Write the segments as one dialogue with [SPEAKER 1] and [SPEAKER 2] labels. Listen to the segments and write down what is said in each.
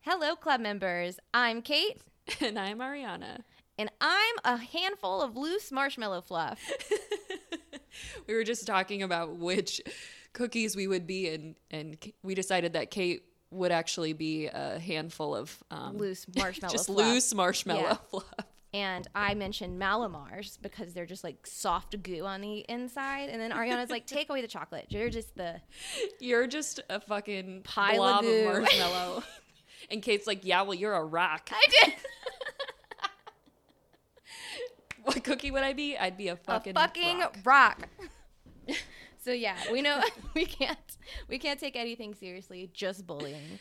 [SPEAKER 1] Hello, club members. I'm Kate,
[SPEAKER 2] And I'm Ariana.
[SPEAKER 1] and I'm a handful of loose marshmallow fluff.
[SPEAKER 2] we were just talking about which cookies we would be, and and K- we decided that Kate would actually be a handful of um,
[SPEAKER 1] Loose marshmallow
[SPEAKER 2] just
[SPEAKER 1] fluff.
[SPEAKER 2] loose marshmallow
[SPEAKER 1] Yeah.
[SPEAKER 2] fluff.
[SPEAKER 1] And I mentioned Malamars because they're just like soft goo on the inside. And then Ariana's like, take away the chocolate. You're just the.
[SPEAKER 2] You're just a fucking
[SPEAKER 1] Pile of
[SPEAKER 2] blob of,
[SPEAKER 1] goo.
[SPEAKER 2] marshmallow. and Kate's like, yeah, well, you're a rock.
[SPEAKER 1] I did.
[SPEAKER 2] What cookie would I be? I'd be a fucking,
[SPEAKER 1] a fucking
[SPEAKER 2] rock.
[SPEAKER 1] rock. so yeah, we know we can't we can't take anything seriously, just bullying.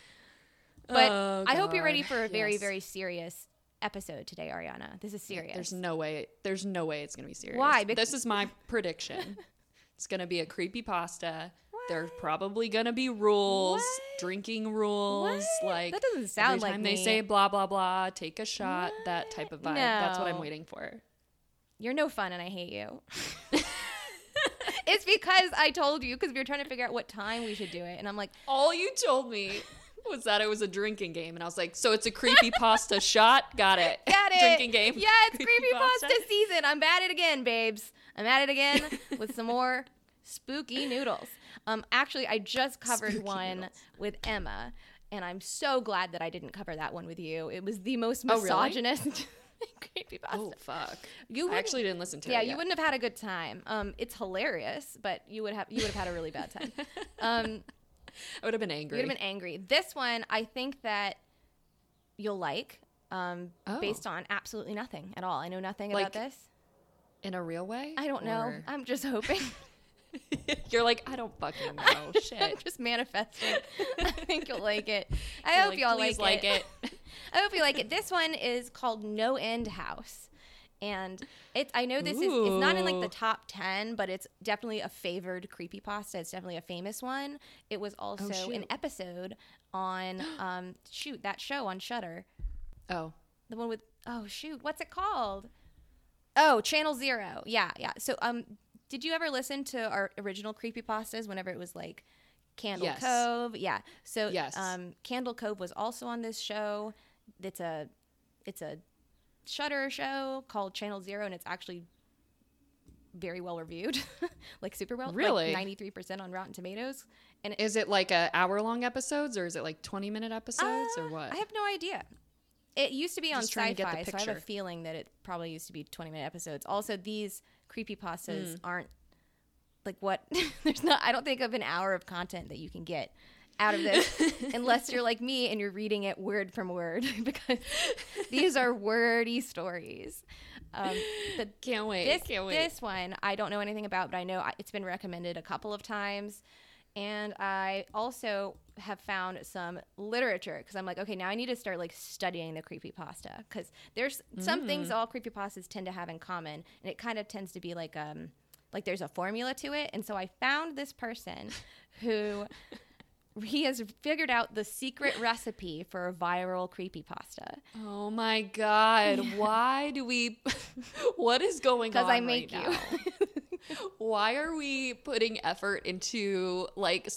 [SPEAKER 1] But
[SPEAKER 2] Oh,
[SPEAKER 1] I hope you're
[SPEAKER 2] God.
[SPEAKER 1] ready for a very
[SPEAKER 2] Yes.
[SPEAKER 1] very serious episode today, Ariana. This is serious.
[SPEAKER 2] There's no way. There's no way it's gonna be serious.
[SPEAKER 1] Why? Bec-
[SPEAKER 2] this is my prediction. it's gonna be a creepy pasta. There's probably gonna be rules,
[SPEAKER 1] What?
[SPEAKER 2] drinking rules.
[SPEAKER 1] What?
[SPEAKER 2] Like
[SPEAKER 1] That doesn't sound
[SPEAKER 2] every
[SPEAKER 1] like
[SPEAKER 2] time
[SPEAKER 1] me.
[SPEAKER 2] they say blah blah blah, take a shot. That type of vibe. That's what I'm
[SPEAKER 1] No.
[SPEAKER 2] waiting for.
[SPEAKER 1] You're no fun and I hate you. it's because I told you because we were trying to figure out what time we should do it and I'm like,
[SPEAKER 2] All you told me was that it was a drinking game, and I was like, so it's a creepy pasta shot. Got it.
[SPEAKER 1] Got it.
[SPEAKER 2] drinking game.
[SPEAKER 1] Yeah, it's creepypasta
[SPEAKER 2] Creepypasta.
[SPEAKER 1] season. I'm at it again, babes. I'm at it again with some more spooky noodles. Um, actually, I just covered
[SPEAKER 2] Spooky
[SPEAKER 1] one
[SPEAKER 2] noodles.
[SPEAKER 1] with Emma, and I'm so glad that I didn't cover that one with you. It was the most
[SPEAKER 2] Oh, really?
[SPEAKER 1] misogynist creepypasta.
[SPEAKER 2] Oh fuck.
[SPEAKER 1] You
[SPEAKER 2] You
[SPEAKER 1] wouldn't-
[SPEAKER 2] actually didn't listen to
[SPEAKER 1] yeah,
[SPEAKER 2] it.
[SPEAKER 1] you
[SPEAKER 2] yet.
[SPEAKER 1] wouldn't have had a good time. Um, it's hilarious, but you would have you would have had a really bad time. Um,
[SPEAKER 2] I would have been angry.
[SPEAKER 1] you would have been angry. This one, I think that you'll like. Um,
[SPEAKER 2] Oh.
[SPEAKER 1] based on absolutely nothing at all. I know nothing
[SPEAKER 2] Like,
[SPEAKER 1] about this.
[SPEAKER 2] in a real way.
[SPEAKER 1] I don't know.
[SPEAKER 2] Or-
[SPEAKER 1] I'm just hoping.
[SPEAKER 2] You're like, I don't fucking know.
[SPEAKER 1] I'm
[SPEAKER 2] Shit.
[SPEAKER 1] just manifesting. I think you'll like it. I
[SPEAKER 2] You're
[SPEAKER 1] hope
[SPEAKER 2] like,
[SPEAKER 1] y'all
[SPEAKER 2] "Please
[SPEAKER 1] like,
[SPEAKER 2] like
[SPEAKER 1] it.
[SPEAKER 2] it.
[SPEAKER 1] I hope you like it. This one is called No End House. And it's I know this is it's not in like
[SPEAKER 2] Ooh.
[SPEAKER 1] the top 10, but it's definitely a favored creepypasta. It's definitely a famous one. It was also an
[SPEAKER 2] Oh, shoot.
[SPEAKER 1] episode on um shoot, that show on Shudder.
[SPEAKER 2] Oh.
[SPEAKER 1] The one with oh shoot, what's it called? Oh, Channel Zero. Yeah, yeah. So um did you ever listen to our original creepypastas whenever it was like Candle
[SPEAKER 2] Yes.
[SPEAKER 1] Cove? Yeah. So
[SPEAKER 2] Yes.
[SPEAKER 1] um Candle Cove was also on this show. It's a it's a shutter show called Channel Zero and it's actually very well reviewed. like super well.
[SPEAKER 2] Really?
[SPEAKER 1] Ninety three percent on Rotten Tomatoes. And it,
[SPEAKER 2] Is it like a hour long episodes or is it like 20 minute episodes or
[SPEAKER 1] Uh,
[SPEAKER 2] what?
[SPEAKER 1] I have no idea. It used to be on
[SPEAKER 2] Just trying to get
[SPEAKER 1] sci-fi,
[SPEAKER 2] the
[SPEAKER 1] so I have a
[SPEAKER 2] picture.
[SPEAKER 1] feeling that it probably used to be 20-minute episodes. Also, these creepypastas
[SPEAKER 2] Hmm.
[SPEAKER 1] aren't like what there's not I don't think of an hour of content that you can get out of this unless you're like me and you're reading it word from word because these are wordy stories. Um, but
[SPEAKER 2] Can't wait.
[SPEAKER 1] this
[SPEAKER 2] Can't wait.
[SPEAKER 1] this one I don't know anything about, but I know I- it's been recommended a couple of times, and I also have found some literature because I'm like, okay, now I need to start like studying the creepypasta because there's some
[SPEAKER 2] Mm.
[SPEAKER 1] things all creepypastas tend to have in common, and it kind of tends to be like um like there's a formula to it, and so I found this person who. He has figured out the secret recipe for a viral creepypasta.
[SPEAKER 2] oh my God. Why do we. what is going on?
[SPEAKER 1] Because I make
[SPEAKER 2] right
[SPEAKER 1] you.
[SPEAKER 2] now? Why are we putting effort into like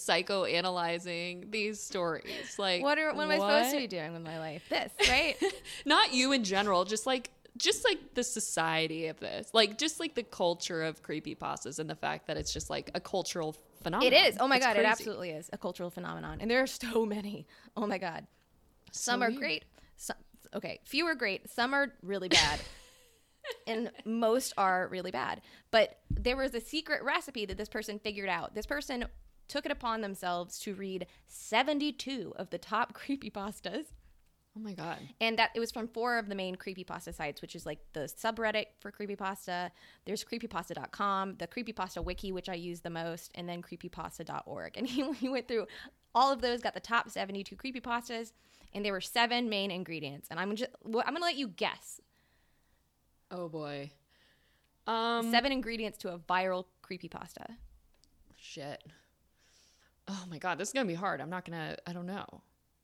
[SPEAKER 2] psychoanalyzing these stories? Like,
[SPEAKER 1] What are what am I supposed to
[SPEAKER 2] what?
[SPEAKER 1] be doing with my life? This, right?
[SPEAKER 2] not you in general just like just like the society of this like just like the culture of creepypastas and the fact that it's just like a cultural phenomenon
[SPEAKER 1] It is. Oh my
[SPEAKER 2] It's
[SPEAKER 1] god, it
[SPEAKER 2] crazy.
[SPEAKER 1] absolutely is a cultural phenomenon, and there are so many. Oh my god,
[SPEAKER 2] So
[SPEAKER 1] some are
[SPEAKER 2] weird.
[SPEAKER 1] great. Some okay, few are great. Some are really bad, and most are really bad. But there was a secret recipe that this person figured out. This person took it upon themselves to read 72 of the top creepypastas
[SPEAKER 2] oh my god
[SPEAKER 1] and that it was from four of the main creepypasta sites which is like the subreddit for creepypasta there's creepypasta.com the creepypasta wiki which i use the most and then creepypasta.org and he, he went through all of those got the top 72 creepypastas and there were seven main ingredients and i'm just well, i'm gonna let you guess
[SPEAKER 2] oh boy um
[SPEAKER 1] seven ingredients to a viral creepypasta
[SPEAKER 2] shit oh my god this is gonna be hard i'm not gonna i don't know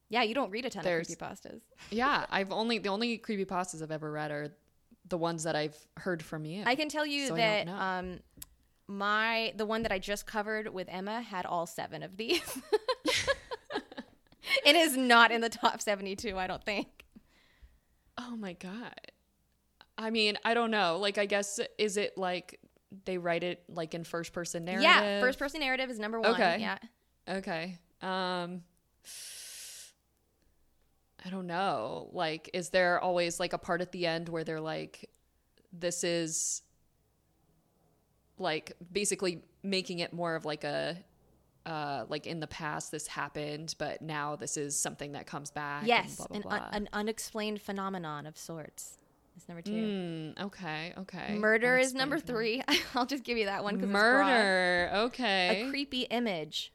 [SPEAKER 1] yeah you don't read a ton
[SPEAKER 2] There's-
[SPEAKER 1] of creepypastas
[SPEAKER 2] yeah i've only the only creepypastas i've ever read are the ones that i've heard from you
[SPEAKER 1] I can tell you
[SPEAKER 2] So I
[SPEAKER 1] that
[SPEAKER 2] don't know.
[SPEAKER 1] um my the one that I just covered with Emma had all seven of these. It is not in the top 72, I don't think.
[SPEAKER 2] Oh my god. I mean, I don't know. Like, I guess is it like they write it like in first person narrative?
[SPEAKER 1] Yeah, first person narrative is number one.
[SPEAKER 2] Okay.
[SPEAKER 1] Yeah.
[SPEAKER 2] Okay. Um. I don't know. Like, is there always like a part at the end where they're like, this is like basically making it more of like a uh like in the past this happened but now this is something that comes back and
[SPEAKER 1] Yes,
[SPEAKER 2] blah, blah,
[SPEAKER 1] an,
[SPEAKER 2] blah.
[SPEAKER 1] un- an unexplained phenomenon of sorts is number two.
[SPEAKER 2] Mm, okay, okay.
[SPEAKER 1] Murder is
[SPEAKER 2] Unexplained
[SPEAKER 1] number
[SPEAKER 2] phenomenon.
[SPEAKER 1] three. I'll just give you that one. 'cause it's broad.
[SPEAKER 2] Murder. Okay.
[SPEAKER 1] A creepy image.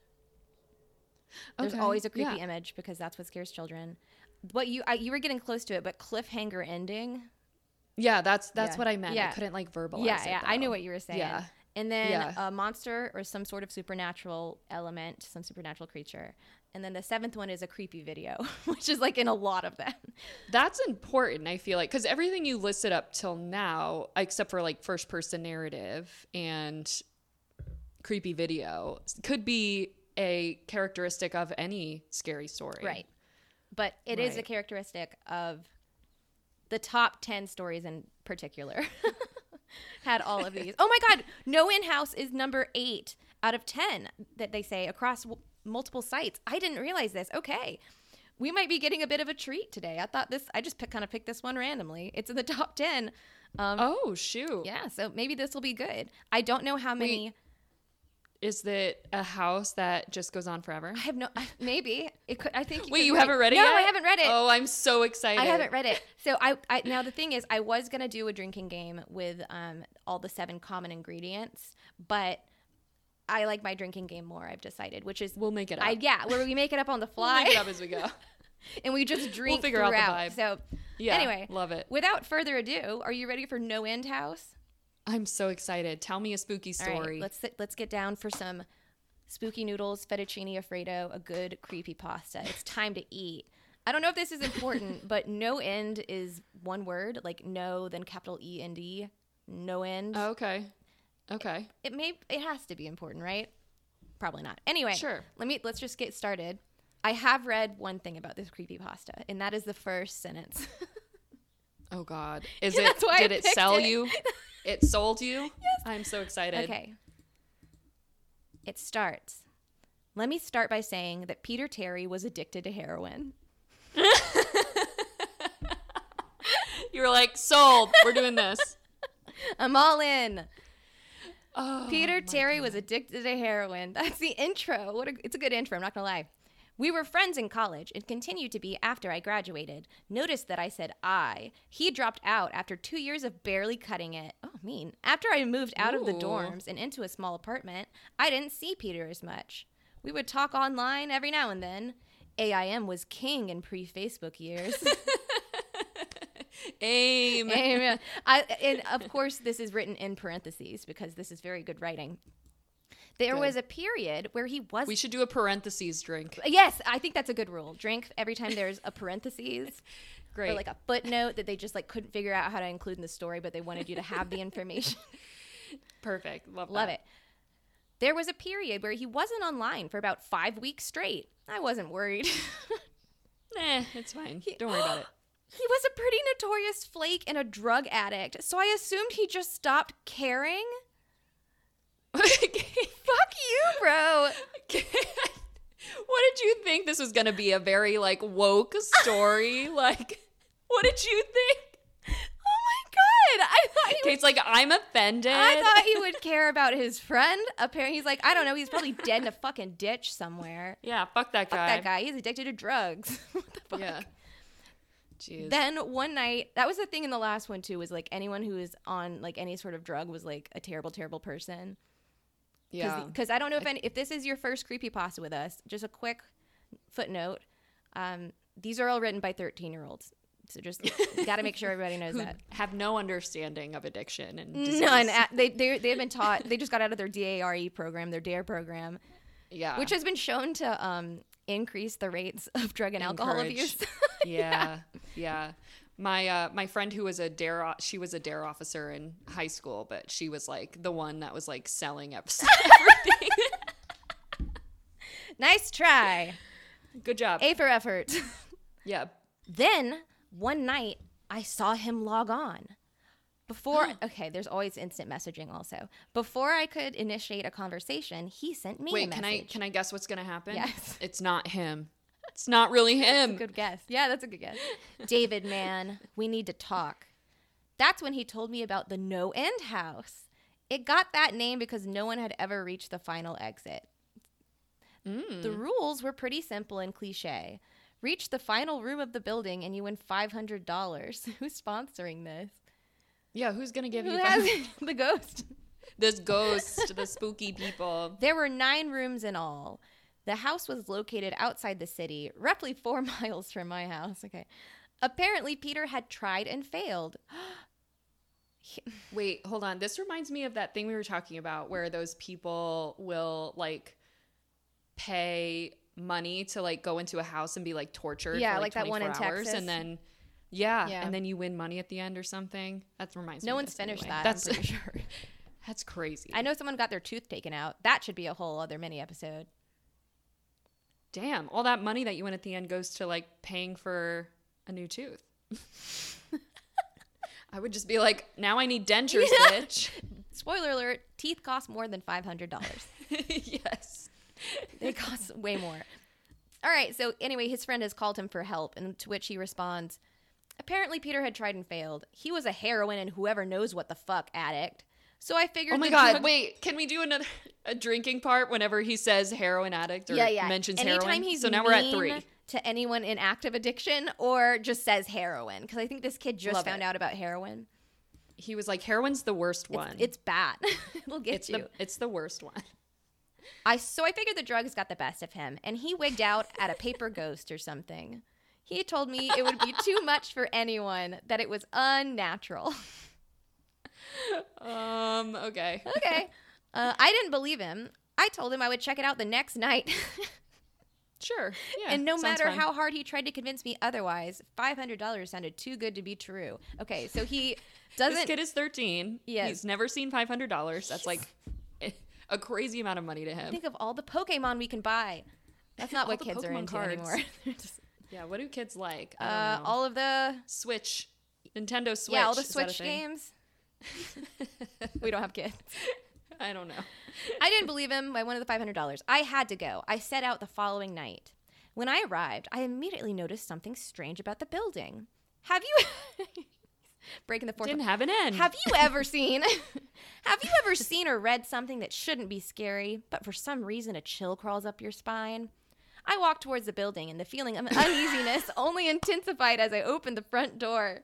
[SPEAKER 1] There's
[SPEAKER 2] Okay,
[SPEAKER 1] always a creepy
[SPEAKER 2] yeah.
[SPEAKER 1] image because that's what scares children. What you I, you were getting close to it, but cliffhanger ending.
[SPEAKER 2] yeah, that's that's
[SPEAKER 1] Yeah.
[SPEAKER 2] what I meant.
[SPEAKER 1] Yeah.
[SPEAKER 2] I couldn't like verbalize.
[SPEAKER 1] yeah,
[SPEAKER 2] it,
[SPEAKER 1] yeah, I knew
[SPEAKER 2] though.
[SPEAKER 1] what you were saying.
[SPEAKER 2] Yeah.
[SPEAKER 1] And then
[SPEAKER 2] Yeah.
[SPEAKER 1] a monster or some sort of supernatural element, some supernatural creature. And then the seventh one is a creepy video, which is like in a lot of them.
[SPEAKER 2] That's important. I feel like because everything you listed up till now, except for like first person narrative and creepy video, could be a characteristic of any scary story.
[SPEAKER 1] Right. But it is a
[SPEAKER 2] Right.
[SPEAKER 1] characteristic of the top 10 stories in particular. Had all of these. Oh my God. No in house is number eight out of 10 that they say across w- multiple sites. I didn't realize this. Okay. We might be getting a bit of a treat today. I thought this, I just pick, kind of picked this one randomly. It's in the top 10. Um,
[SPEAKER 2] Oh shoot.
[SPEAKER 1] Yeah. So maybe this will be good. I don't know how many.
[SPEAKER 2] Is that a house that just goes on forever?
[SPEAKER 1] I have no, I- maybe. It could, I think.
[SPEAKER 2] Wait,
[SPEAKER 1] could
[SPEAKER 2] you
[SPEAKER 1] read
[SPEAKER 2] haven't read it
[SPEAKER 1] No,
[SPEAKER 2] yet?
[SPEAKER 1] I haven't read it.
[SPEAKER 2] Oh, I'm so excited.
[SPEAKER 1] I haven't read it. So I, I now the thing is, I was gonna do a drinking game with um all the seven common ingredients, but I like my drinking game more. I've decided, which is
[SPEAKER 2] We'll make it up.
[SPEAKER 1] I yeah, where we make it up on the
[SPEAKER 2] we'll
[SPEAKER 1] fly
[SPEAKER 2] make it up as we go.
[SPEAKER 1] and we just drink
[SPEAKER 2] figure out the
[SPEAKER 1] throughout.
[SPEAKER 2] vibe.
[SPEAKER 1] So
[SPEAKER 2] Yeah.
[SPEAKER 1] Anyway.
[SPEAKER 2] love it.
[SPEAKER 1] without further ado, are you ready for No End House?
[SPEAKER 2] I'm so excited. Tell me a spooky story.
[SPEAKER 1] All right, let's sit- let's get down for some spooky noodles, fettuccine alfredo, a good creepy pasta. It's time to eat. I don't know if this is important, but no end is one word, like no, then capital E and D, no end.
[SPEAKER 2] okay. Okay.
[SPEAKER 1] It may it has to be important, right? Probably not. Anyway,
[SPEAKER 2] Sure.
[SPEAKER 1] Let me let's just get started. I have read one thing about this creepy pasta, and that is the first sentence.
[SPEAKER 2] Oh God. Is
[SPEAKER 1] Yeah,
[SPEAKER 2] it?
[SPEAKER 1] that's why I
[SPEAKER 2] Did it
[SPEAKER 1] picked
[SPEAKER 2] sell
[SPEAKER 1] it.
[SPEAKER 2] you? It sold you. yes. I'm so excited.
[SPEAKER 1] Okay. It starts. Let me start by saying that Peter Terry was addicted to heroin.
[SPEAKER 2] You were like sold. We're doing this.
[SPEAKER 1] I'm all in.
[SPEAKER 2] Oh,
[SPEAKER 1] Peter
[SPEAKER 2] my
[SPEAKER 1] Terry was addicted to heroin. That's the intro. What a, it's a good intro. I'm not gonna lie. We were friends in college and continued to be after I graduated. Notice that I said I. He dropped out after two years of barely cutting it. Oh, mean. After I moved out of the
[SPEAKER 2] Ooh.
[SPEAKER 1] dorms and into a small apartment, I didn't see Peter as much. We would talk online every now and then. AIM was king in pre Facebook years.
[SPEAKER 2] God. Aim.
[SPEAKER 1] Amen. I, and of course, this is written in parentheses because this is very good writing. There
[SPEAKER 2] Good.
[SPEAKER 1] was a period where he was.
[SPEAKER 2] We should do a parentheses drink.
[SPEAKER 1] yes, I think that's a good rule. Drink every time there's a parentheses
[SPEAKER 2] Great.
[SPEAKER 1] or like a footnote that they just like couldn't figure out how to include in the story, but they wanted you to have the information.
[SPEAKER 2] Perfect. Love.
[SPEAKER 1] Love
[SPEAKER 2] that.
[SPEAKER 1] it. There was a period where he wasn't online for about five weeks straight. I wasn't worried.
[SPEAKER 2] Nah, it's fine. Don't worry about it.
[SPEAKER 1] He was a pretty notorious flake and a drug addict, so I assumed he just stopped caring. Fuck you, bro.
[SPEAKER 2] what did you think this was going to be? A very like woke story? like, what did you think?
[SPEAKER 1] Oh my god! I thought he,
[SPEAKER 2] Kate's like, I'm offended.
[SPEAKER 1] I thought he would care about his friend. Apparently, he's like, I don't know. He's probably dead in a fucking ditch somewhere.
[SPEAKER 2] yeah, fuck that
[SPEAKER 1] Fuck
[SPEAKER 2] guy.
[SPEAKER 1] that guy. He's addicted to drugs. what the fuck?
[SPEAKER 2] Yeah. Jeez.
[SPEAKER 1] Then one night, that was the thing in the last one too. Was like anyone who is on like any sort of drug was like a terrible, terrible person.
[SPEAKER 2] yeah.
[SPEAKER 1] Because I don't know if any, if this is your first creepypasta with us, just a quick footnote. Um, these are all written by 13 year olds. So just got to make sure everybody knows
[SPEAKER 2] Who
[SPEAKER 1] that.
[SPEAKER 2] have no understanding of addiction and disease.
[SPEAKER 1] None. A- They, they, they've been taught, they just got out of their DARE E program, their DARE program,
[SPEAKER 2] Yeah.
[SPEAKER 1] which has been shown to um, increase the rates of drug and alcohol abuse.
[SPEAKER 2] Encourage. yeah. Yeah. My uh, my friend who was a dare o- she was a dare officer in high school, but she was like the one that was like selling up everything.
[SPEAKER 1] nice try.
[SPEAKER 2] Good job.
[SPEAKER 1] A for effort.
[SPEAKER 2] yeah.
[SPEAKER 1] then one night, I saw him log on. Before, okay, there's always instant messaging also. Before I could initiate a conversation, he sent me a
[SPEAKER 2] Wait,
[SPEAKER 1] message.
[SPEAKER 2] can I can I guess what's gonna happen?
[SPEAKER 1] Yes.
[SPEAKER 2] It's not him. It's not really him.
[SPEAKER 1] Good guess. Yeah, that's a good guess. David, man, we need to talk. That's when he told me about the No End House. It got that name because no one had ever reached the final exit. The rules were pretty simple and cliche. Reach the final room of the building and you win $500. Who's sponsoring this?
[SPEAKER 2] Yeah, who's gonna give
[SPEAKER 1] Who
[SPEAKER 2] you
[SPEAKER 1] has the ghost?
[SPEAKER 2] this ghost, the spooky people?
[SPEAKER 1] There were nine rooms in all. The house was located outside the city, roughly four miles from my house. Okay. Apparently, Peter had tried and failed.
[SPEAKER 2] Wait, hold on. This reminds me of that thing we were talking about where those people will like pay money to like go into a house and be like tortured.
[SPEAKER 1] Yeah,
[SPEAKER 2] for,
[SPEAKER 1] like that one in
[SPEAKER 2] 24 hours,
[SPEAKER 1] Texas.
[SPEAKER 2] And then yeah,
[SPEAKER 1] Yeah.
[SPEAKER 2] and then you win money at the end or something. That reminds me.
[SPEAKER 1] No
[SPEAKER 2] of
[SPEAKER 1] one's
[SPEAKER 2] this
[SPEAKER 1] finished
[SPEAKER 2] anyway.
[SPEAKER 1] that,
[SPEAKER 2] That's
[SPEAKER 1] I'm pretty
[SPEAKER 2] sure. That's crazy.
[SPEAKER 1] I know someone got their tooth taken out. That should be a whole other mini episode.
[SPEAKER 2] Damn, all that money that you win at the end goes to like paying for a new tooth. I would just be like, now I need dentures, bitch.
[SPEAKER 1] Spoiler alert teeth cost more than $500.
[SPEAKER 2] yes.
[SPEAKER 1] they cost way more. All right. So, anyway, his friend has called him for help, and to which he responds Apparently, Peter had tried and failed. He was a heroin and whoever knows what the fuck addict. So I figured.
[SPEAKER 2] Oh my
[SPEAKER 1] the
[SPEAKER 2] god,
[SPEAKER 1] drug-
[SPEAKER 2] wait, can we do another a drinking part whenever he says heroin addict or
[SPEAKER 1] yeah, yeah.
[SPEAKER 2] mentions
[SPEAKER 1] Anytime
[SPEAKER 2] heroin?
[SPEAKER 1] He's
[SPEAKER 2] so now we're at
[SPEAKER 1] mean
[SPEAKER 2] 3.
[SPEAKER 1] To anyone in active addiction or just says heroin. Because I think this kid just
[SPEAKER 2] Love
[SPEAKER 1] found
[SPEAKER 2] it.
[SPEAKER 1] out about heroin.
[SPEAKER 2] He was like heroin's the worst one.
[SPEAKER 1] It's bad. It'll get
[SPEAKER 2] It's
[SPEAKER 1] you.
[SPEAKER 2] the it's the worst one.
[SPEAKER 1] I so I figured the drugs got the best of him, and he wigged out at a paper ghost or something. He told me it would be too much for anyone, that it was unnatural.
[SPEAKER 2] Um, okay.
[SPEAKER 1] okay. Uh, I didn't believe him. I told him I would check it out the next night.
[SPEAKER 2] Sure. Yeah.
[SPEAKER 1] and no
[SPEAKER 2] sounds
[SPEAKER 1] matter
[SPEAKER 2] fun.
[SPEAKER 1] how hard he tried to convince me otherwise, $500 sounded too good to be true. Okay, so he
[SPEAKER 2] This
[SPEAKER 1] doesn't.
[SPEAKER 2] kid is 13.
[SPEAKER 1] Yes.
[SPEAKER 2] He's never seen $500. That's like a crazy amount of money to him.
[SPEAKER 1] Think of all the Pokemon we can buy. That's not
[SPEAKER 2] All
[SPEAKER 1] what
[SPEAKER 2] the
[SPEAKER 1] kids are
[SPEAKER 2] Pokemon
[SPEAKER 1] into
[SPEAKER 2] cards.
[SPEAKER 1] anymore.
[SPEAKER 2] Yeah, what do kids like? I
[SPEAKER 1] uh,
[SPEAKER 2] don't know.
[SPEAKER 1] all of the
[SPEAKER 2] Switch. Nintendo Switch.
[SPEAKER 1] yeah, all the
[SPEAKER 2] is that a
[SPEAKER 1] Switch
[SPEAKER 2] thing?
[SPEAKER 1] games. we don't have kids.
[SPEAKER 2] I don't know.
[SPEAKER 1] I didn't believe him. I wanted the five hundred dollars. I had to go. I set out the following night. When I arrived, I immediately noticed something strange about the building. Have you breaking the fourth?
[SPEAKER 2] Didn't have an end.
[SPEAKER 1] Have you ever seen Have you ever seen or read something that shouldn't be scary, but for some reason a chill crawls up your spine? I walked towards the building and the feeling of uneasiness only intensified as I opened the front door.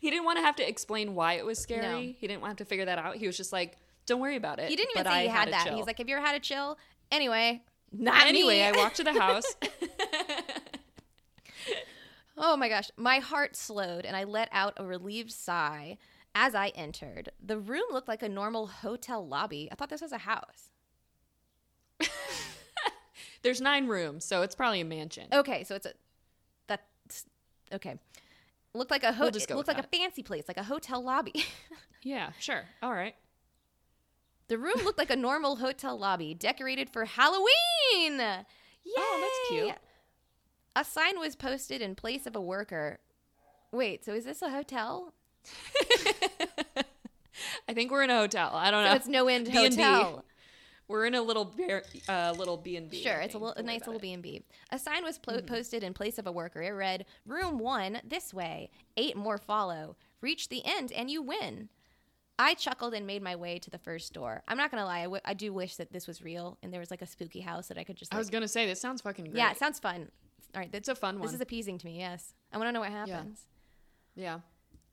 [SPEAKER 2] he didn't want to have to explain why it was scary.
[SPEAKER 1] No.
[SPEAKER 2] He didn't want to figure that out. He was just like, don't worry about it.
[SPEAKER 1] He didn't even
[SPEAKER 2] but
[SPEAKER 1] say
[SPEAKER 2] I
[SPEAKER 1] he had,
[SPEAKER 2] a
[SPEAKER 1] that.
[SPEAKER 2] chill.
[SPEAKER 1] He's like, "Have you ever had a chill?" Anyway, not
[SPEAKER 2] anyway,
[SPEAKER 1] me.
[SPEAKER 2] I walked to the house.
[SPEAKER 1] Oh my gosh, my heart slowed and I let out a relieved sigh as I entered. The room looked like a normal hotel lobby. I thought this was a house.
[SPEAKER 2] There's nine rooms, so it's probably a mansion.
[SPEAKER 1] Okay, so it's a that's okay. Looked like a
[SPEAKER 2] We'll
[SPEAKER 1] hotel.
[SPEAKER 2] just go
[SPEAKER 1] looked
[SPEAKER 2] with
[SPEAKER 1] like a fancy place, like a hotel lobby.
[SPEAKER 2] Yeah, sure. All right.
[SPEAKER 1] the room looked like a normal hotel lobby, decorated for Halloween. Yay!
[SPEAKER 2] Oh, that's cute.
[SPEAKER 1] A sign was posted in place of a worker. Wait, so is this a hotel?
[SPEAKER 2] I think we're in a hotel. I don't
[SPEAKER 1] So
[SPEAKER 2] know.
[SPEAKER 1] it's no end
[SPEAKER 2] B&B.
[SPEAKER 1] hotel.
[SPEAKER 2] We're in a little bear, uh, little B and B. Mm-hmm.
[SPEAKER 1] Sure, it's a, little, a nice little B and B. A sign was plo- posted in place of a worker. It read, "Room one this way. Eight more follow. Reach the end and you win." I chuckled and made my way to the first door. I'm not gonna lie, I, w- I do wish that this was real and there was like a spooky house that I could just.
[SPEAKER 2] I
[SPEAKER 1] Like,
[SPEAKER 2] was gonna say this sounds fucking Oh, great.
[SPEAKER 1] yeah, it sounds fun. All right,
[SPEAKER 2] it's a fun one.
[SPEAKER 1] this is appeasing to me. Yes, I want to know what happens.
[SPEAKER 2] yeah.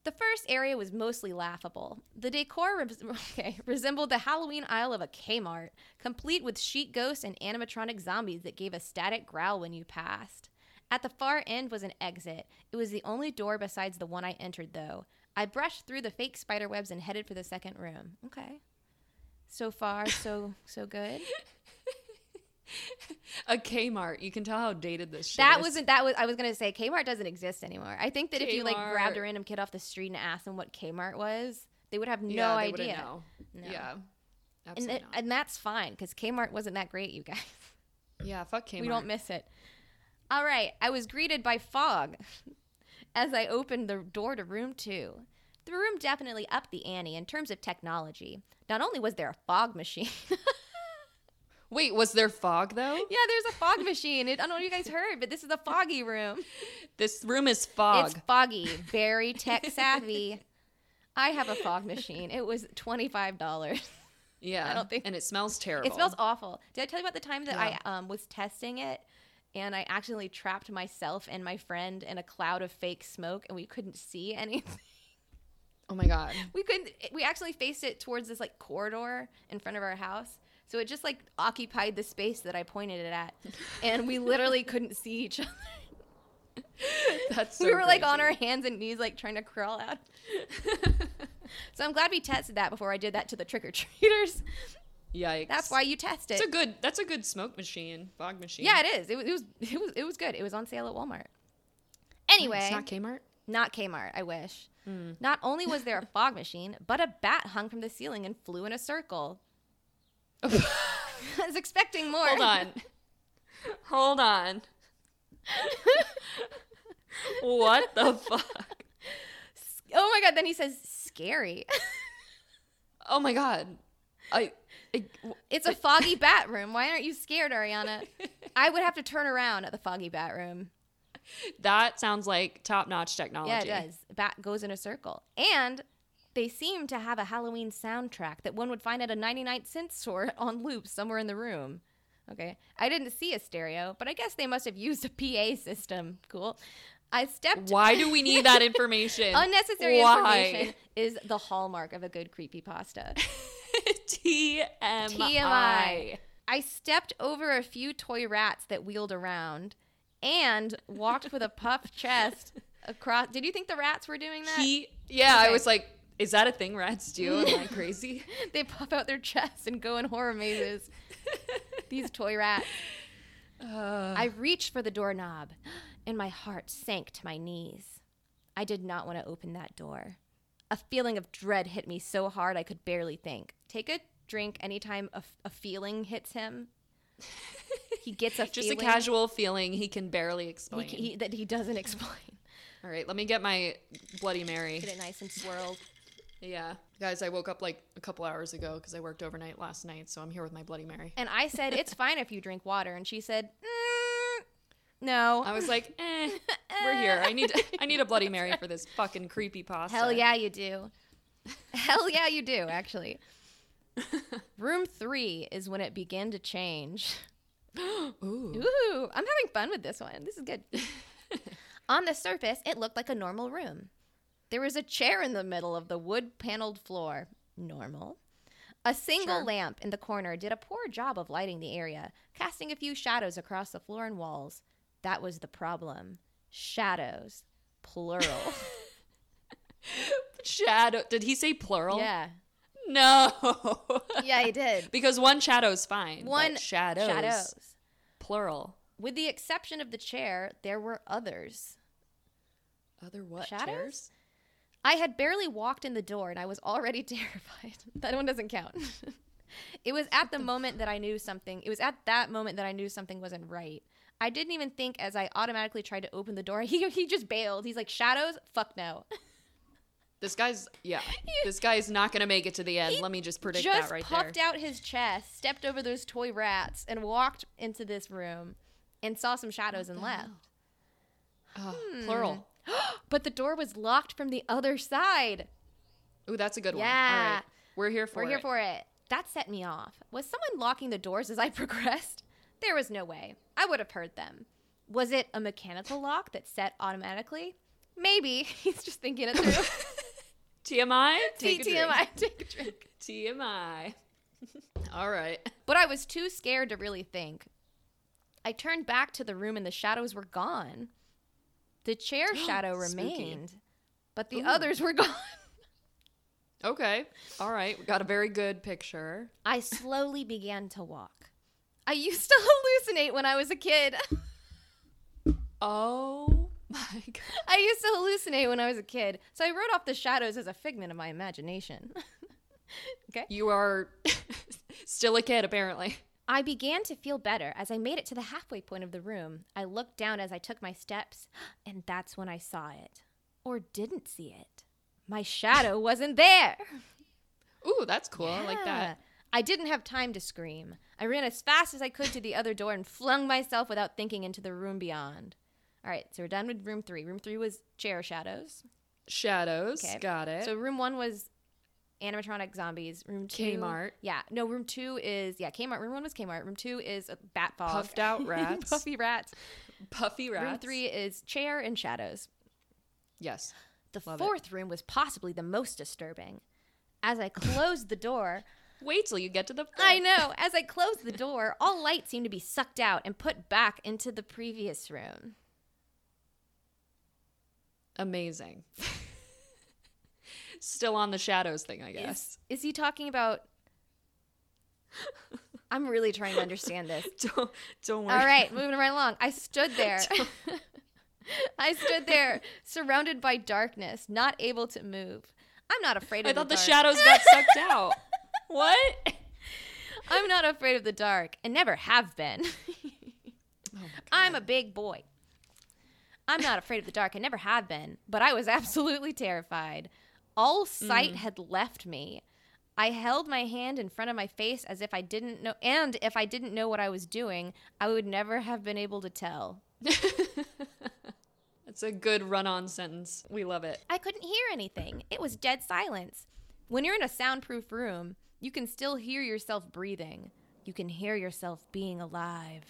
[SPEAKER 1] The first area was mostly laughable. The decor res- okay, resembled the Halloween aisle of a Kmart, complete with sheet ghosts and animatronic zombies that gave a static growl when you passed. At the far end was an exit. It was the only door besides the one I entered, though. I brushed through the fake spider webs and headed for the second room. Okay. So far, so so good.
[SPEAKER 2] A Kmart. You can tell how dated this shit
[SPEAKER 1] That
[SPEAKER 2] is.
[SPEAKER 1] wasn't that was I was gonna say Kmart doesn't exist anymore. I think that if you like grabbed a
[SPEAKER 2] Kmart.
[SPEAKER 1] random kid off the street and asked them what Kmart was, they would have no
[SPEAKER 2] Yeah, they wouldn't
[SPEAKER 1] idea.
[SPEAKER 2] know.
[SPEAKER 1] No.
[SPEAKER 2] Yeah.
[SPEAKER 1] and,
[SPEAKER 2] Absolutely
[SPEAKER 1] it-
[SPEAKER 2] not.
[SPEAKER 1] and that's fine because Kmart wasn't that great, you guys.
[SPEAKER 2] yeah, fuck Kmart.
[SPEAKER 1] We don't miss it. All right. I was greeted by fog as I opened the door to room two. The room definitely upped the ante in terms of technology. Not only was there a fog machine,
[SPEAKER 2] Wait, was there fog though?
[SPEAKER 1] yeah, there's a fog machine. It, I don't know if you guys heard, but this is a foggy room.
[SPEAKER 2] This room is fog.
[SPEAKER 1] It's foggy, very tech savvy. I have a fog machine. It was twenty five dollars.
[SPEAKER 2] yeah,
[SPEAKER 1] I don't think-
[SPEAKER 2] and it smells terrible.
[SPEAKER 1] It smells awful. Did I tell you about the time that
[SPEAKER 2] Oh. Yeah.
[SPEAKER 1] I um, was testing it and I accidentally trapped myself and my friend in a cloud of fake smoke and we couldn't see anything?
[SPEAKER 2] Oh my god.
[SPEAKER 1] We couldn't, we actually faced it towards this like corridor in front of our house. So it just like occupied the space that I pointed it at and we literally couldn't see each other.
[SPEAKER 2] That's so
[SPEAKER 1] we were like on
[SPEAKER 2] crazy.
[SPEAKER 1] our hands and knees, like trying to crawl out. so I'm glad we tested that before I did that to the trick or treaters.
[SPEAKER 2] Yikes.
[SPEAKER 1] That's why you test it.
[SPEAKER 2] It's a good. That's a good smoke machine, fog machine.
[SPEAKER 1] Yeah, it is. It was, it was it was it was good. It was on sale at Walmart. Anyway, Mm.
[SPEAKER 2] It's not
[SPEAKER 1] not,
[SPEAKER 2] Kmart.
[SPEAKER 1] Kmart. I wish. Not only was there a fog machine, but a bat hung from the ceiling and flew in a circle. I was expecting more.
[SPEAKER 2] Hold on. Hold on. what the fuck?
[SPEAKER 1] Oh my god! Then he says, "Scary."
[SPEAKER 2] Oh my god. I, I
[SPEAKER 1] it's a foggy bat room. Why aren't you scared, Ariana? I would have to turn around at the foggy bat room.
[SPEAKER 2] that sounds like top-notch technology.
[SPEAKER 1] Yeah, it does. Bat goes in a circle, and they seem to have a Halloween soundtrack that one would find at a 99 cent store on loop somewhere in the room. Okay, I didn't see a stereo, but I guess they must have used a PA system. Cool. I stepped.
[SPEAKER 2] Why do we need that information?
[SPEAKER 1] Unnecessary
[SPEAKER 2] Why?
[SPEAKER 1] information is the hallmark of a good creepypasta.
[SPEAKER 2] TMI.
[SPEAKER 1] TMI. I stepped over a few toy rats that wheeled around and walked with a puffed chest across. Did you think the rats were doing that?
[SPEAKER 2] He, yeah, I
[SPEAKER 1] Okay.
[SPEAKER 2] was like, is that a thing rats do? Am I crazy?
[SPEAKER 1] they pop out their chests and go in horror mazes. These toy rats.
[SPEAKER 2] Uh,
[SPEAKER 1] I reached for the doorknob, and my heart sank to my knees. I did not want to open that door. A feeling of dread hit me so hard I could barely think. Take a drink anytime a, a feeling hits him. He gets a
[SPEAKER 2] just
[SPEAKER 1] feeling
[SPEAKER 2] a casual feeling he can barely
[SPEAKER 1] he,
[SPEAKER 2] explain.
[SPEAKER 1] he, that he doesn't explain.
[SPEAKER 2] All right, let me get my Bloody Mary.
[SPEAKER 1] Get it nice and swirled.
[SPEAKER 2] Yeah. Guys, I woke up like a couple hours ago because I worked overnight last night, so I'm here with my Bloody Mary.
[SPEAKER 1] And I said, It's fine if you drink water. And she said, mm, No.
[SPEAKER 2] I was like, eh, we're here. I need I need a Bloody Mary for this fucking creepy pasta.
[SPEAKER 1] Hell yeah, you do. Hell yeah, you do, actually. Room three is when it began to change.
[SPEAKER 2] Ooh.
[SPEAKER 1] Ooh, I'm having fun with this one. This is good. On the surface, it looked like a normal room. There was a chair in the middle of the wood paneled floor. Normal. A single
[SPEAKER 2] Sure.
[SPEAKER 1] lamp in the corner did a poor job of lighting the area, casting a few shadows across the floor and walls. That was the problem. Shadows. Plural.
[SPEAKER 2] Shadow. Did he say plural?
[SPEAKER 1] yeah.
[SPEAKER 2] No.
[SPEAKER 1] Yeah, he did.
[SPEAKER 2] because one shadow's fine. but
[SPEAKER 1] One
[SPEAKER 2] shadows,
[SPEAKER 1] shadows.
[SPEAKER 2] Plural.
[SPEAKER 1] With the exception of the chair, there were others.
[SPEAKER 2] Other what?
[SPEAKER 1] Shadows?
[SPEAKER 2] Chairs?
[SPEAKER 1] I had barely walked in the door and I was already terrified. That one doesn't count. it was at the moment that I knew something. It was at that moment that I knew something wasn't right. I didn't even think as I automatically tried to open the door. He, he just bailed. He's like, Shadows? Fuck no.
[SPEAKER 2] This guy's yeah. this guy's not gonna make it to the end.
[SPEAKER 1] He
[SPEAKER 2] Let me just predict
[SPEAKER 1] just
[SPEAKER 2] that right there.
[SPEAKER 1] puffed out his chest, stepped over those toy rats, and walked into this room and saw some shadows and left.
[SPEAKER 2] Ugh, Ah, Plural.
[SPEAKER 1] But the door was locked from the other side.
[SPEAKER 2] Ooh, that's a good one. All
[SPEAKER 1] Yeah.
[SPEAKER 2] right. We're here for
[SPEAKER 1] We're
[SPEAKER 2] it.
[SPEAKER 1] here for it. That set me off. Was someone locking the doors as I progressed? There was no way. I would have heard them. Was it a mechanical lock that set automatically? Maybe. He's just thinking it through.
[SPEAKER 2] TMI? Take a drink.
[SPEAKER 1] TMI, take a drink.
[SPEAKER 2] TMI. All right.
[SPEAKER 1] But I was too scared to really think. I turned back to the room and the shadows were gone. The chair shadow
[SPEAKER 2] Spooky.
[SPEAKER 1] remained, but the
[SPEAKER 2] Ooh.
[SPEAKER 1] others were gone.
[SPEAKER 2] Okay. All right. We got a very good picture.
[SPEAKER 1] I slowly began to walk. I used to hallucinate when I was a kid.
[SPEAKER 2] Oh my god.
[SPEAKER 1] I used to hallucinate when I was a kid, so I wrote off the shadows as a figment of my imagination. okay.
[SPEAKER 2] You are Still a kid, apparently.
[SPEAKER 1] I began to feel better as I made it to the halfway point of the room. I looked down as I took my steps, and that's when I saw it. Or didn't see it. My shadow wasn't there.
[SPEAKER 2] Ooh, that's cool. I like
[SPEAKER 1] Yeah.
[SPEAKER 2] that.
[SPEAKER 1] I didn't have time to scream. I ran as fast as I could to the other door and flung myself without thinking into the room beyond. All right, so we're done with room three. Room three was chair shadows.
[SPEAKER 2] Shadows.
[SPEAKER 1] Okay.
[SPEAKER 2] Got it.
[SPEAKER 1] So room one was animatronic zombies. Room two,
[SPEAKER 2] Kmart.
[SPEAKER 1] Yeah, no. Room two is yeah Kmart. Room one was Kmart. Room two is a bat fog,
[SPEAKER 2] Puffed out rats.
[SPEAKER 1] puffy rats.
[SPEAKER 2] Puffy rats.
[SPEAKER 1] Room three is chair and shadows.
[SPEAKER 2] Yes.
[SPEAKER 1] The
[SPEAKER 2] Love it.
[SPEAKER 1] fourth room was possibly the most disturbing. As I closed the door,
[SPEAKER 2] Wait till you get to the.
[SPEAKER 1] I know. As I closed the door, all light seemed to be sucked out and put back into the previous room.
[SPEAKER 2] Amazing. Still on the shadows thing, I guess.
[SPEAKER 1] Is he talking about? I'm really trying to understand this.
[SPEAKER 2] don't don't worry.
[SPEAKER 1] All right, moving right along. I stood there. I stood there, surrounded by darkness, not able to move. I'm not afraid of
[SPEAKER 2] I thought the
[SPEAKER 1] dark.
[SPEAKER 2] shadows got sucked out. What?
[SPEAKER 1] I'm not afraid of the dark, and never have been.
[SPEAKER 2] Oh
[SPEAKER 1] I'm a big boy. I'm not afraid of the dark. I never have been, but I was absolutely terrified. All sight
[SPEAKER 2] Mm.
[SPEAKER 1] had left me. I held my hand in front of my face as if I didn't know, and if I didn't know what I was doing, I would never have been able to tell.
[SPEAKER 2] That's a good run-on sentence. We love it.
[SPEAKER 1] I couldn't hear anything. It was dead silence. When you're in a soundproof room, you can still hear yourself breathing. You can hear yourself being alive.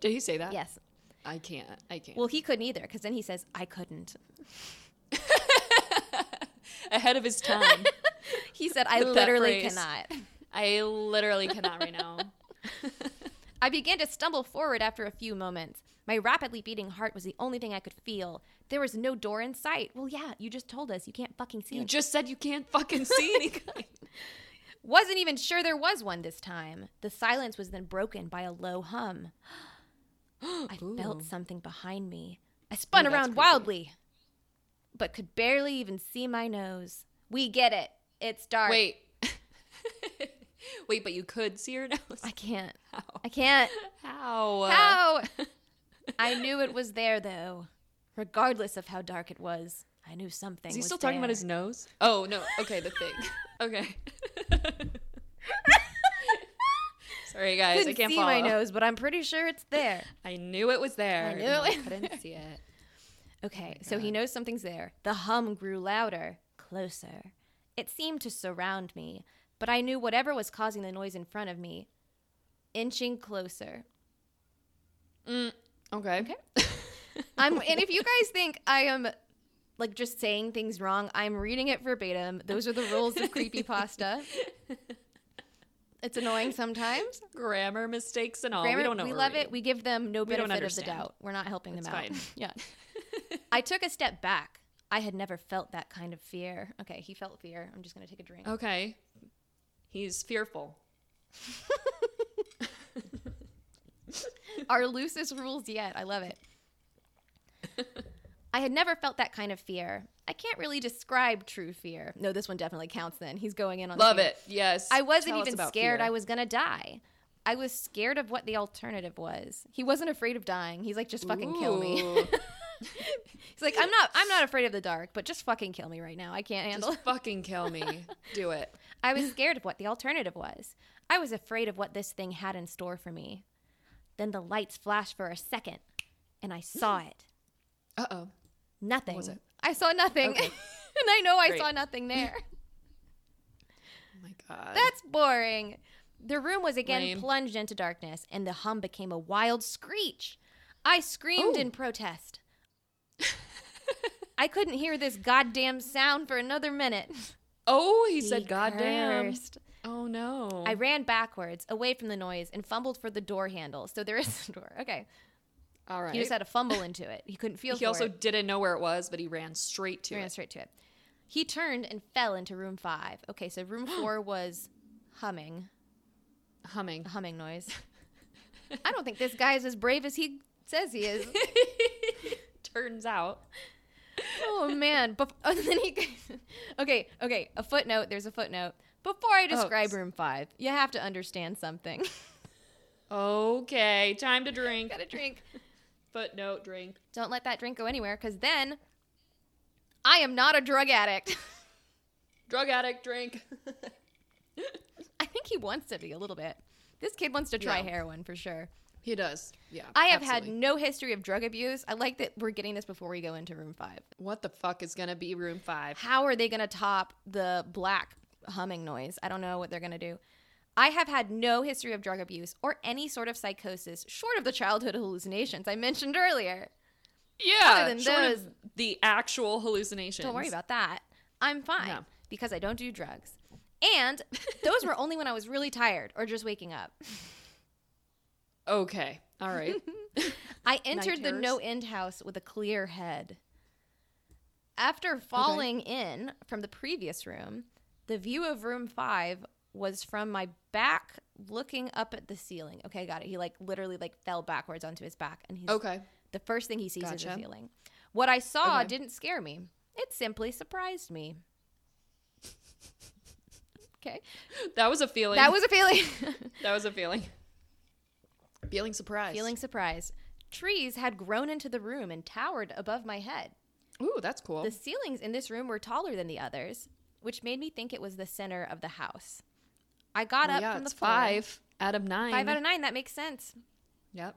[SPEAKER 2] Did he say that?
[SPEAKER 1] Yes.
[SPEAKER 2] I can't. I can't.
[SPEAKER 1] Well, he couldn't either because then he says, I couldn't.
[SPEAKER 2] Ahead of his time.
[SPEAKER 1] He said, I
[SPEAKER 2] that
[SPEAKER 1] literally
[SPEAKER 2] phrase.
[SPEAKER 1] cannot.
[SPEAKER 2] I literally cannot right now.
[SPEAKER 1] I began to stumble forward after a few moments. My rapidly beating heart was the only thing I could feel. There was no door in sight. Well, yeah, you just told us you can't fucking see
[SPEAKER 2] You
[SPEAKER 1] it.
[SPEAKER 2] just said you can't fucking see anything.
[SPEAKER 1] Wasn't even sure there was one this time. The silence was then broken by a low hum. I felt something behind me. I spun
[SPEAKER 2] Ooh, that's
[SPEAKER 1] around
[SPEAKER 2] creepy.
[SPEAKER 1] wildly, but could barely even see my nose. We get it. It's dark.
[SPEAKER 2] Wait. Wait, but you could see your nose.
[SPEAKER 1] I can't.
[SPEAKER 2] How?
[SPEAKER 1] I can't.
[SPEAKER 2] How? Uh,
[SPEAKER 1] How? I knew it was there, though. Regardless of how dark it was, I knew something.
[SPEAKER 2] Is he
[SPEAKER 1] was
[SPEAKER 2] still talking about
[SPEAKER 1] there.
[SPEAKER 2] his nose? Oh no. Okay, the thing. Okay. Sorry guys,
[SPEAKER 1] Couldn't
[SPEAKER 2] I can't
[SPEAKER 1] see
[SPEAKER 2] follow.
[SPEAKER 1] my nose, but I'm pretty sure it's there.
[SPEAKER 2] I knew it was there.
[SPEAKER 1] I knew
[SPEAKER 2] and
[SPEAKER 1] it was
[SPEAKER 2] couldn't see it.
[SPEAKER 1] Okay, so he knows something's there. The hum grew louder, closer. It seemed to surround me, but I knew whatever was causing the noise in front of me, inching closer.
[SPEAKER 2] Okay.
[SPEAKER 1] I'm, and if you guys think I am like just saying things wrong, I'm reading it verbatim. Those are the rules of creepypasta. It's annoying sometimes.
[SPEAKER 2] Grammar mistakes and all.
[SPEAKER 1] Grammar,
[SPEAKER 2] we don't know. what we're
[SPEAKER 1] love it.
[SPEAKER 2] reading.
[SPEAKER 1] We give them no
[SPEAKER 2] don't
[SPEAKER 1] benefit of the
[SPEAKER 2] understand.
[SPEAKER 1] doubt. We're not helping them out.
[SPEAKER 2] It's fine.
[SPEAKER 1] yeah. I took a step back. I had never felt that kind of fear. Okay, he felt fear. I'm just going to take a drink.
[SPEAKER 2] Okay. He's fearful.
[SPEAKER 1] Our loosest rules yet. I love it. I had never felt that kind of fear. I can't really describe true fear. No, this one definitely counts then. He's going in on the
[SPEAKER 2] Love
[SPEAKER 1] fear.
[SPEAKER 2] it. Yes.
[SPEAKER 1] I wasn't
[SPEAKER 2] Tell us
[SPEAKER 1] even
[SPEAKER 2] about
[SPEAKER 1] scared
[SPEAKER 2] fear.
[SPEAKER 1] I was going to die. I was scared of what the alternative was. He wasn't afraid of dying. He's like just fucking kill me.
[SPEAKER 2] Ooh.
[SPEAKER 1] He's like, I'm not. I'm not afraid of the dark, but just fucking kill me right now. I can't handle.
[SPEAKER 2] Just fucking kill me. Do it.
[SPEAKER 1] I was scared of what the alternative was. I was afraid of what this thing had in store for me. Then the lights flashed for a second, and I saw it.
[SPEAKER 2] Uh oh.
[SPEAKER 1] Nothing.
[SPEAKER 2] was it?
[SPEAKER 1] I saw nothing,
[SPEAKER 2] Okay.
[SPEAKER 1] and I know I
[SPEAKER 2] Great.
[SPEAKER 1] saw nothing there.
[SPEAKER 2] Oh my god.
[SPEAKER 1] That's boring. The room was again
[SPEAKER 2] Lame.
[SPEAKER 1] plunged into darkness, and the hum became a wild screech. I screamed
[SPEAKER 2] Oh.
[SPEAKER 1] in protest. I couldn't hear this goddamn sound for another minute.
[SPEAKER 2] oh, he said, "God damn."
[SPEAKER 1] cursed.
[SPEAKER 2] Oh no.
[SPEAKER 1] I ran backwards, away from the noise, and fumbled for the door handle. So there is a door. Okay.
[SPEAKER 2] All right.
[SPEAKER 1] He just had to fumble into it. He couldn't feel
[SPEAKER 2] He
[SPEAKER 1] for
[SPEAKER 2] also
[SPEAKER 1] it.
[SPEAKER 2] didn't know where it was, but he ran straight to
[SPEAKER 1] He ran
[SPEAKER 2] it.
[SPEAKER 1] straight to it. He turned and fell into room five. Okay, so room four was humming,
[SPEAKER 2] Humming.
[SPEAKER 1] a humming noise. I don't think this guy is as brave as he says he is.
[SPEAKER 2] Turns out.
[SPEAKER 1] Oh man! Bef- and then he, okay, okay. A footnote. There's a footnote. Before I describe
[SPEAKER 2] s-
[SPEAKER 1] room five, you have to understand something.
[SPEAKER 2] Okay, time to drink.
[SPEAKER 1] Gotta drink.
[SPEAKER 2] Footnote drink.
[SPEAKER 1] Don't let that drink go anywhere, because then I am not a drug addict.
[SPEAKER 2] Drug addict drink.
[SPEAKER 1] I think he wants to be a little bit. This kid wants to try
[SPEAKER 2] Yeah.
[SPEAKER 1] heroin for sure.
[SPEAKER 2] he does. Yeah.
[SPEAKER 1] I have had
[SPEAKER 2] absolutely.
[SPEAKER 1] no history of drug abuse. I like that we're getting this before we go into room five.
[SPEAKER 2] What the fuck is gonna be room five?
[SPEAKER 1] How are they going to top the black humming noise? I don't know what they're going to do. I have had no history of drug abuse or any sort of psychosis, short of the childhood hallucinations I mentioned earlier.
[SPEAKER 2] Yeah.
[SPEAKER 1] Other than
[SPEAKER 2] short of
[SPEAKER 1] those-
[SPEAKER 2] the actual hallucinations.
[SPEAKER 1] Don't worry about that. I'm fine
[SPEAKER 2] No.
[SPEAKER 1] because I don't do drugs. And those were only when I was really tired or just waking up.
[SPEAKER 2] Okay. All right.
[SPEAKER 1] I entered the
[SPEAKER 2] terrors?
[SPEAKER 1] no end house with a clear head. After falling in from the previous room, the view of room five was from my back looking up at the ceiling. Okay, got it. He like literally like fell backwards onto his back and he's
[SPEAKER 2] okay.
[SPEAKER 1] the first thing he sees is the
[SPEAKER 2] Gotcha.
[SPEAKER 1] ceiling. What I saw
[SPEAKER 2] Okay.
[SPEAKER 1] didn't scare me. It simply surprised me. okay.
[SPEAKER 2] That was a feeling.
[SPEAKER 1] That was a feeling.
[SPEAKER 2] that was a feeling. Feeling surprised.
[SPEAKER 1] feeling surprised. Trees had grown into the room and towered above my head.
[SPEAKER 2] Ooh, that's cool.
[SPEAKER 1] The ceilings in this room were taller than the others, which made me think it was the center of the house. I got
[SPEAKER 2] Well,
[SPEAKER 1] up
[SPEAKER 2] yeah,
[SPEAKER 1] from the
[SPEAKER 2] it's
[SPEAKER 1] floor.
[SPEAKER 2] five out of nine.
[SPEAKER 1] Five out of nine. That makes sense.
[SPEAKER 2] Yep.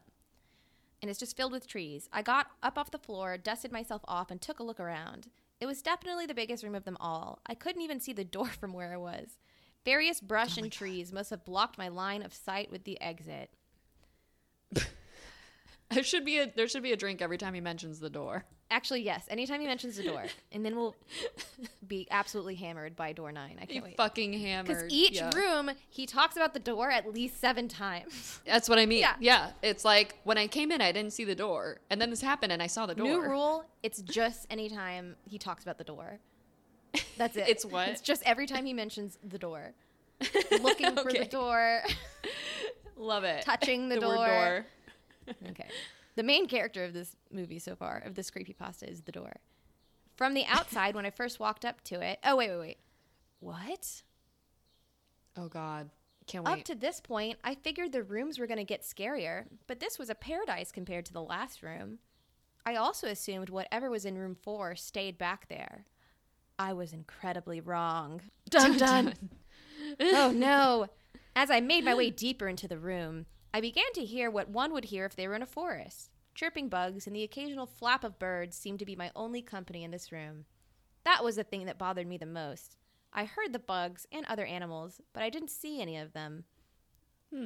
[SPEAKER 1] And it's just filled with trees. I got up off the floor, dusted myself off, and took a look around. It was definitely the biggest room of them all. I couldn't even see the door from where I was. Various brush and trees must have blocked my line of sight with the exit.
[SPEAKER 2] There should be a there should be a drink every time he mentions the door.
[SPEAKER 1] Actually, yes. Anytime he mentions the door, and then we'll be absolutely hammered by door nine. I
[SPEAKER 2] He
[SPEAKER 1] can't wait.
[SPEAKER 2] fucking
[SPEAKER 1] Because
[SPEAKER 2] hammered.
[SPEAKER 1] each
[SPEAKER 2] yeah.
[SPEAKER 1] room, he talks about the door at least seven times.
[SPEAKER 2] That's what I mean.
[SPEAKER 1] Yeah.
[SPEAKER 2] Yeah. It's like when I came in, I didn't see the door, and then this happened, and I saw the door.
[SPEAKER 1] New rule: it's just anytime he talks about the door. That's it.
[SPEAKER 2] It's what?
[SPEAKER 1] It's just every time he mentions the door, looking for the
[SPEAKER 2] Okay.
[SPEAKER 1] door.
[SPEAKER 2] Love it.
[SPEAKER 1] Touching the
[SPEAKER 2] word
[SPEAKER 1] door. okay. The main character of this movie so far, of this creepypasta, is the door. From the outside, when I first walked up to it. Oh wait, wait, wait. What?
[SPEAKER 2] Oh God. Can't
[SPEAKER 1] Up
[SPEAKER 2] wait.
[SPEAKER 1] to this point, I figured the rooms were going to get scarier, but this was a paradise compared to the last room. I also assumed whatever was in room four stayed back there. I was incredibly wrong. Dun dun. oh no. As I made my way deeper into the room, I began to hear what one would hear if they were in a forest. Chirping bugs and the occasional flap of birds seemed to be my only company in this room. That was the thing that bothered me the most. I heard the bugs and other animals, but I didn't see any of them.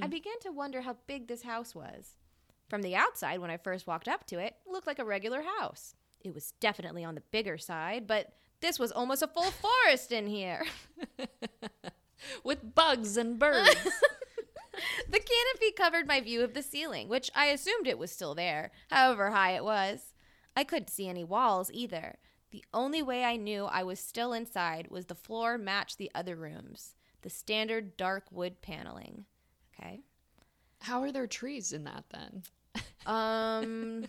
[SPEAKER 1] I began to wonder how big this house was. From the outside, when I first walked up to it, it looked like a regular house. It was definitely on the bigger side, but this was almost a full forest in here.
[SPEAKER 2] With bugs and birds.
[SPEAKER 1] The canopy covered my view of the ceiling, which I assumed it was still there, however high it was. I couldn't see any walls either. The only way I knew I was still inside was the floor matched the other rooms, the standard dark wood paneling. Okay.
[SPEAKER 2] How are there trees in that then?
[SPEAKER 1] Um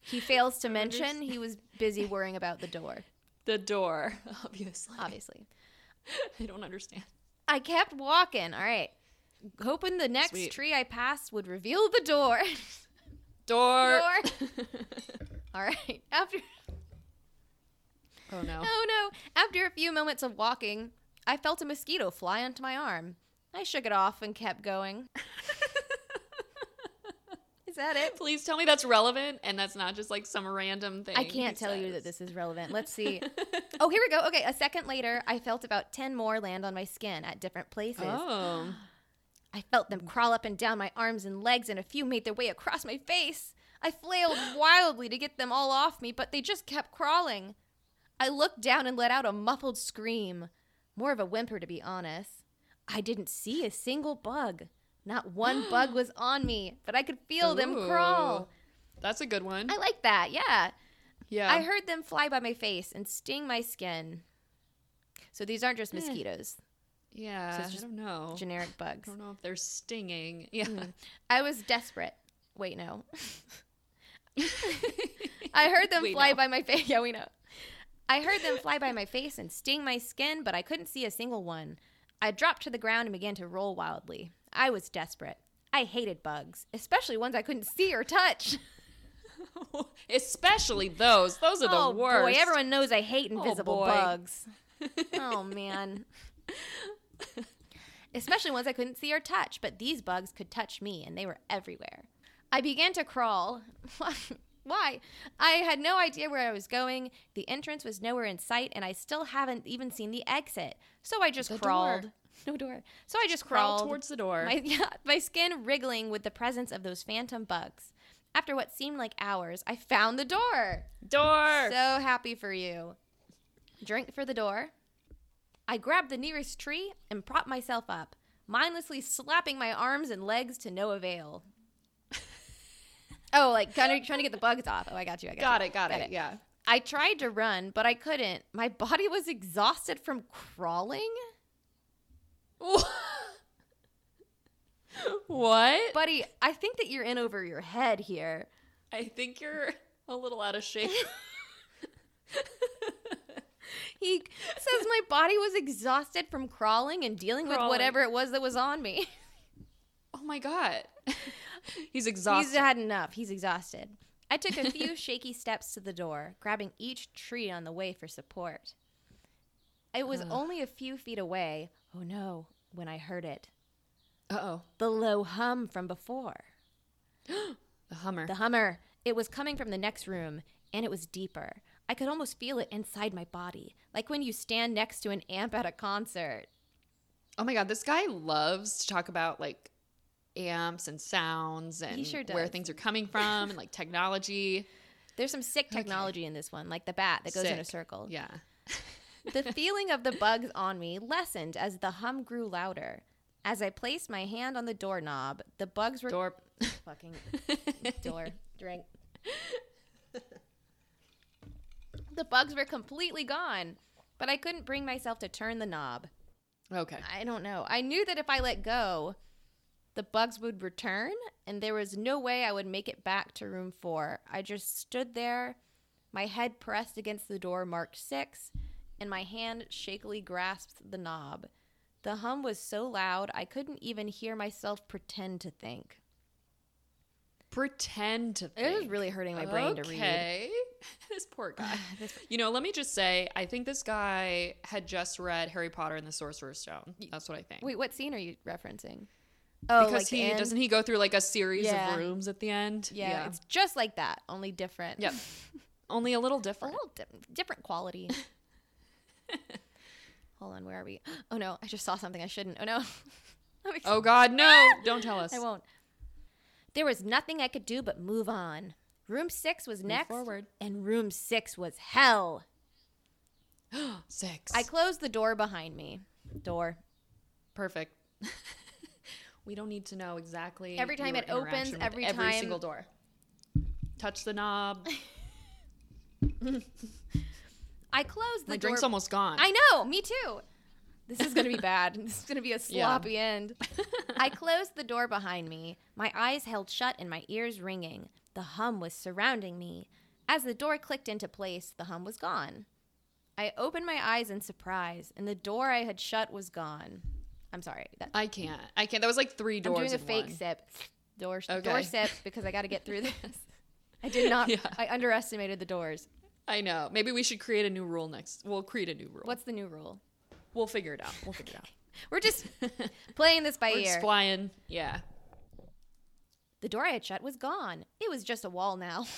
[SPEAKER 1] he fails to mention he was busy worrying about the door,
[SPEAKER 2] The door, obviously.
[SPEAKER 1] obviously.
[SPEAKER 2] I don't understand.
[SPEAKER 1] I kept walking. All right. Hoping the next
[SPEAKER 2] Sweet.
[SPEAKER 1] tree I passed would reveal the door.
[SPEAKER 2] Door.
[SPEAKER 1] door. All right. After
[SPEAKER 2] Oh no.
[SPEAKER 1] Oh no! After a few moments of walking, I felt a mosquito fly onto my arm. I shook it off and kept going. Is that it?
[SPEAKER 2] Please tell me that's relevant and that's not just like some random thing.
[SPEAKER 1] I can't
[SPEAKER 2] he
[SPEAKER 1] tell you that
[SPEAKER 2] says.
[SPEAKER 1] this is relevant. Let's see. oh, here we go. Okay, a second later, I felt about 10 more land on my skin at different places.
[SPEAKER 2] Oh.
[SPEAKER 1] I felt them crawl up and down my arms and legs, and a few made their way across my face. I flailed wildly to get them all off me, but they just kept crawling. I looked down and let out a muffled scream, more of a whimper to be honest. I didn't see a single bug. Not one bug was on me, but I could feel them crawl.
[SPEAKER 2] Ooh. That's a good one.
[SPEAKER 1] I like that, yeah.
[SPEAKER 2] yeah.
[SPEAKER 1] I heard them fly by my face and sting my skin. So these aren't just mosquitoes,
[SPEAKER 2] yeah.
[SPEAKER 1] So it's just
[SPEAKER 2] I don't know.
[SPEAKER 1] generic bugs.
[SPEAKER 2] I don't know if they're stinging. Yeah.
[SPEAKER 1] I was desperate. Wait, no. I heard them
[SPEAKER 2] We
[SPEAKER 1] fly
[SPEAKER 2] know.
[SPEAKER 1] by my face. Yeah, we know. I heard them fly by my face and sting my skin, but I couldn't see a single one. I dropped to the ground and began to roll wildly. I was desperate. I hated bugs, especially ones I couldn't see or touch.
[SPEAKER 2] Especially those. Those are
[SPEAKER 1] oh
[SPEAKER 2] the worst.
[SPEAKER 1] boy, everyone knows I hate invisible
[SPEAKER 2] boy.
[SPEAKER 1] bugs. oh man. Especially ones I couldn't see or touch, but these bugs could touch me and they were everywhere. I began to crawl. Why? I had no idea where I was going. The entrance was nowhere in sight and I still haven't even seen the exit. So I just
[SPEAKER 2] The door.
[SPEAKER 1] crawled. No door. So I just
[SPEAKER 2] crawl
[SPEAKER 1] crawled
[SPEAKER 2] towards the door.
[SPEAKER 1] my, yeah, my skin wriggling with the presence of those phantom bugs. After what seemed like hours, I found the door.
[SPEAKER 2] door.
[SPEAKER 1] So happy for you. Drink for the door. I grabbed the nearest tree and propped myself up, mindlessly slapping my arms and legs to no avail. oh, like kind of trying to get the bugs off. Oh, I got you. I got,
[SPEAKER 2] got
[SPEAKER 1] you.
[SPEAKER 2] it. Got, it. Yeah.
[SPEAKER 1] I tried to run, but I couldn't. My body was exhausted from crawling.
[SPEAKER 2] what?
[SPEAKER 1] Buddy, I think that you're in over your head here.
[SPEAKER 2] I think you're a little out of shape.
[SPEAKER 1] He says my body was exhausted from crawling and dealing
[SPEAKER 2] Crawling.
[SPEAKER 1] with whatever it was that was on me.
[SPEAKER 2] oh my god. He's exhausted.
[SPEAKER 1] He's had enough. He's exhausted. I took a few shaky steps to the door, grabbing each tree on the way for support. It was only a few feet away. Oh no, when I heard it.
[SPEAKER 2] Uh-oh.
[SPEAKER 1] The low hum from before.
[SPEAKER 2] The Hummer.
[SPEAKER 1] The hummer. It was coming from the next room, and it was deeper. I could almost feel it inside my body, like when you stand next to an amp at a concert.
[SPEAKER 2] oh my god, this guy loves to talk about like amps and sounds and
[SPEAKER 1] sure
[SPEAKER 2] where
[SPEAKER 1] does.
[SPEAKER 2] things are coming from and like technology.
[SPEAKER 1] There's some sick technology in this one, like the bat that goes in a
[SPEAKER 2] Sick.
[SPEAKER 1] circle.
[SPEAKER 2] Yeah.
[SPEAKER 1] The feeling of the bugs on me lessened as the hum grew louder. As I placed my hand on the doorknob, the bugs were
[SPEAKER 2] Door.
[SPEAKER 1] fucking door drink. the bugs were completely gone, but I couldn't bring myself to turn the knob.
[SPEAKER 2] Okay.
[SPEAKER 1] I don't know. I knew that if I let go, the bugs would return, and there was no way I would make it back to room four. I just stood there, my head pressed against the door marked six, and my hand shakily grasped the knob. The hum was so loud I couldn't even hear myself pretend to think.
[SPEAKER 2] Pretend to
[SPEAKER 1] It
[SPEAKER 2] think.
[SPEAKER 1] was really hurting my brain to read.
[SPEAKER 2] Okay. this poor guy. you know, let me just say, I think this guy had just read Harry Potter and the Sorcerer's Stone. That's what I think.
[SPEAKER 1] Wait, what scene are you referencing? Oh,
[SPEAKER 2] because
[SPEAKER 1] like the
[SPEAKER 2] he
[SPEAKER 1] end?
[SPEAKER 2] doesn't he go through like a series
[SPEAKER 1] Yeah.
[SPEAKER 2] of rooms at the end.
[SPEAKER 1] Yeah, it's just like that, only different.
[SPEAKER 2] Yep. Only a little
[SPEAKER 1] a
[SPEAKER 2] different.
[SPEAKER 1] little di- different quality. Hold on, where are we? Oh no, I just saw something I shouldn't. Oh no. I'm ex-
[SPEAKER 2] Oh God, no! Don't tell us.
[SPEAKER 1] I won't. There was nothing I could do but move on. Room six was next,
[SPEAKER 2] forward.
[SPEAKER 1] and room six was hell.
[SPEAKER 2] Six.
[SPEAKER 1] I closed the door behind me. Door.
[SPEAKER 2] Perfect. we don't need to know exactly
[SPEAKER 1] Every time
[SPEAKER 2] your
[SPEAKER 1] it opens,
[SPEAKER 2] interaction with
[SPEAKER 1] every
[SPEAKER 2] every
[SPEAKER 1] time-
[SPEAKER 2] single door. Touch the knob.
[SPEAKER 1] I closed the
[SPEAKER 2] My
[SPEAKER 1] door.
[SPEAKER 2] drink's almost gone.
[SPEAKER 1] I know, me too. This is gonna be bad. This is gonna be a sloppy end. I closed the door behind me, my eyes held shut and my ears ringing. The hum was surrounding me. As the door clicked into place, the hum was gone. I opened my eyes in surprise, and the door I had shut was gone. I'm sorry. That,
[SPEAKER 2] I can't. I can't. That was like three
[SPEAKER 1] I'm
[SPEAKER 2] doors.
[SPEAKER 1] doing a
[SPEAKER 2] in
[SPEAKER 1] fake
[SPEAKER 2] one.
[SPEAKER 1] sip. Door, door
[SPEAKER 2] Okay.
[SPEAKER 1] sip because I got to get through this. I did not.
[SPEAKER 2] Yeah.
[SPEAKER 1] I underestimated the doors.
[SPEAKER 2] I know. Maybe we should create a new rule next. We'll create a new rule.
[SPEAKER 1] What's the new rule?
[SPEAKER 2] We'll figure it out. We'll figure it out.
[SPEAKER 1] We're just playing this by
[SPEAKER 2] We're
[SPEAKER 1] ear.
[SPEAKER 2] just flying. Yeah.
[SPEAKER 1] The door I had shut was gone. It was just a wall now.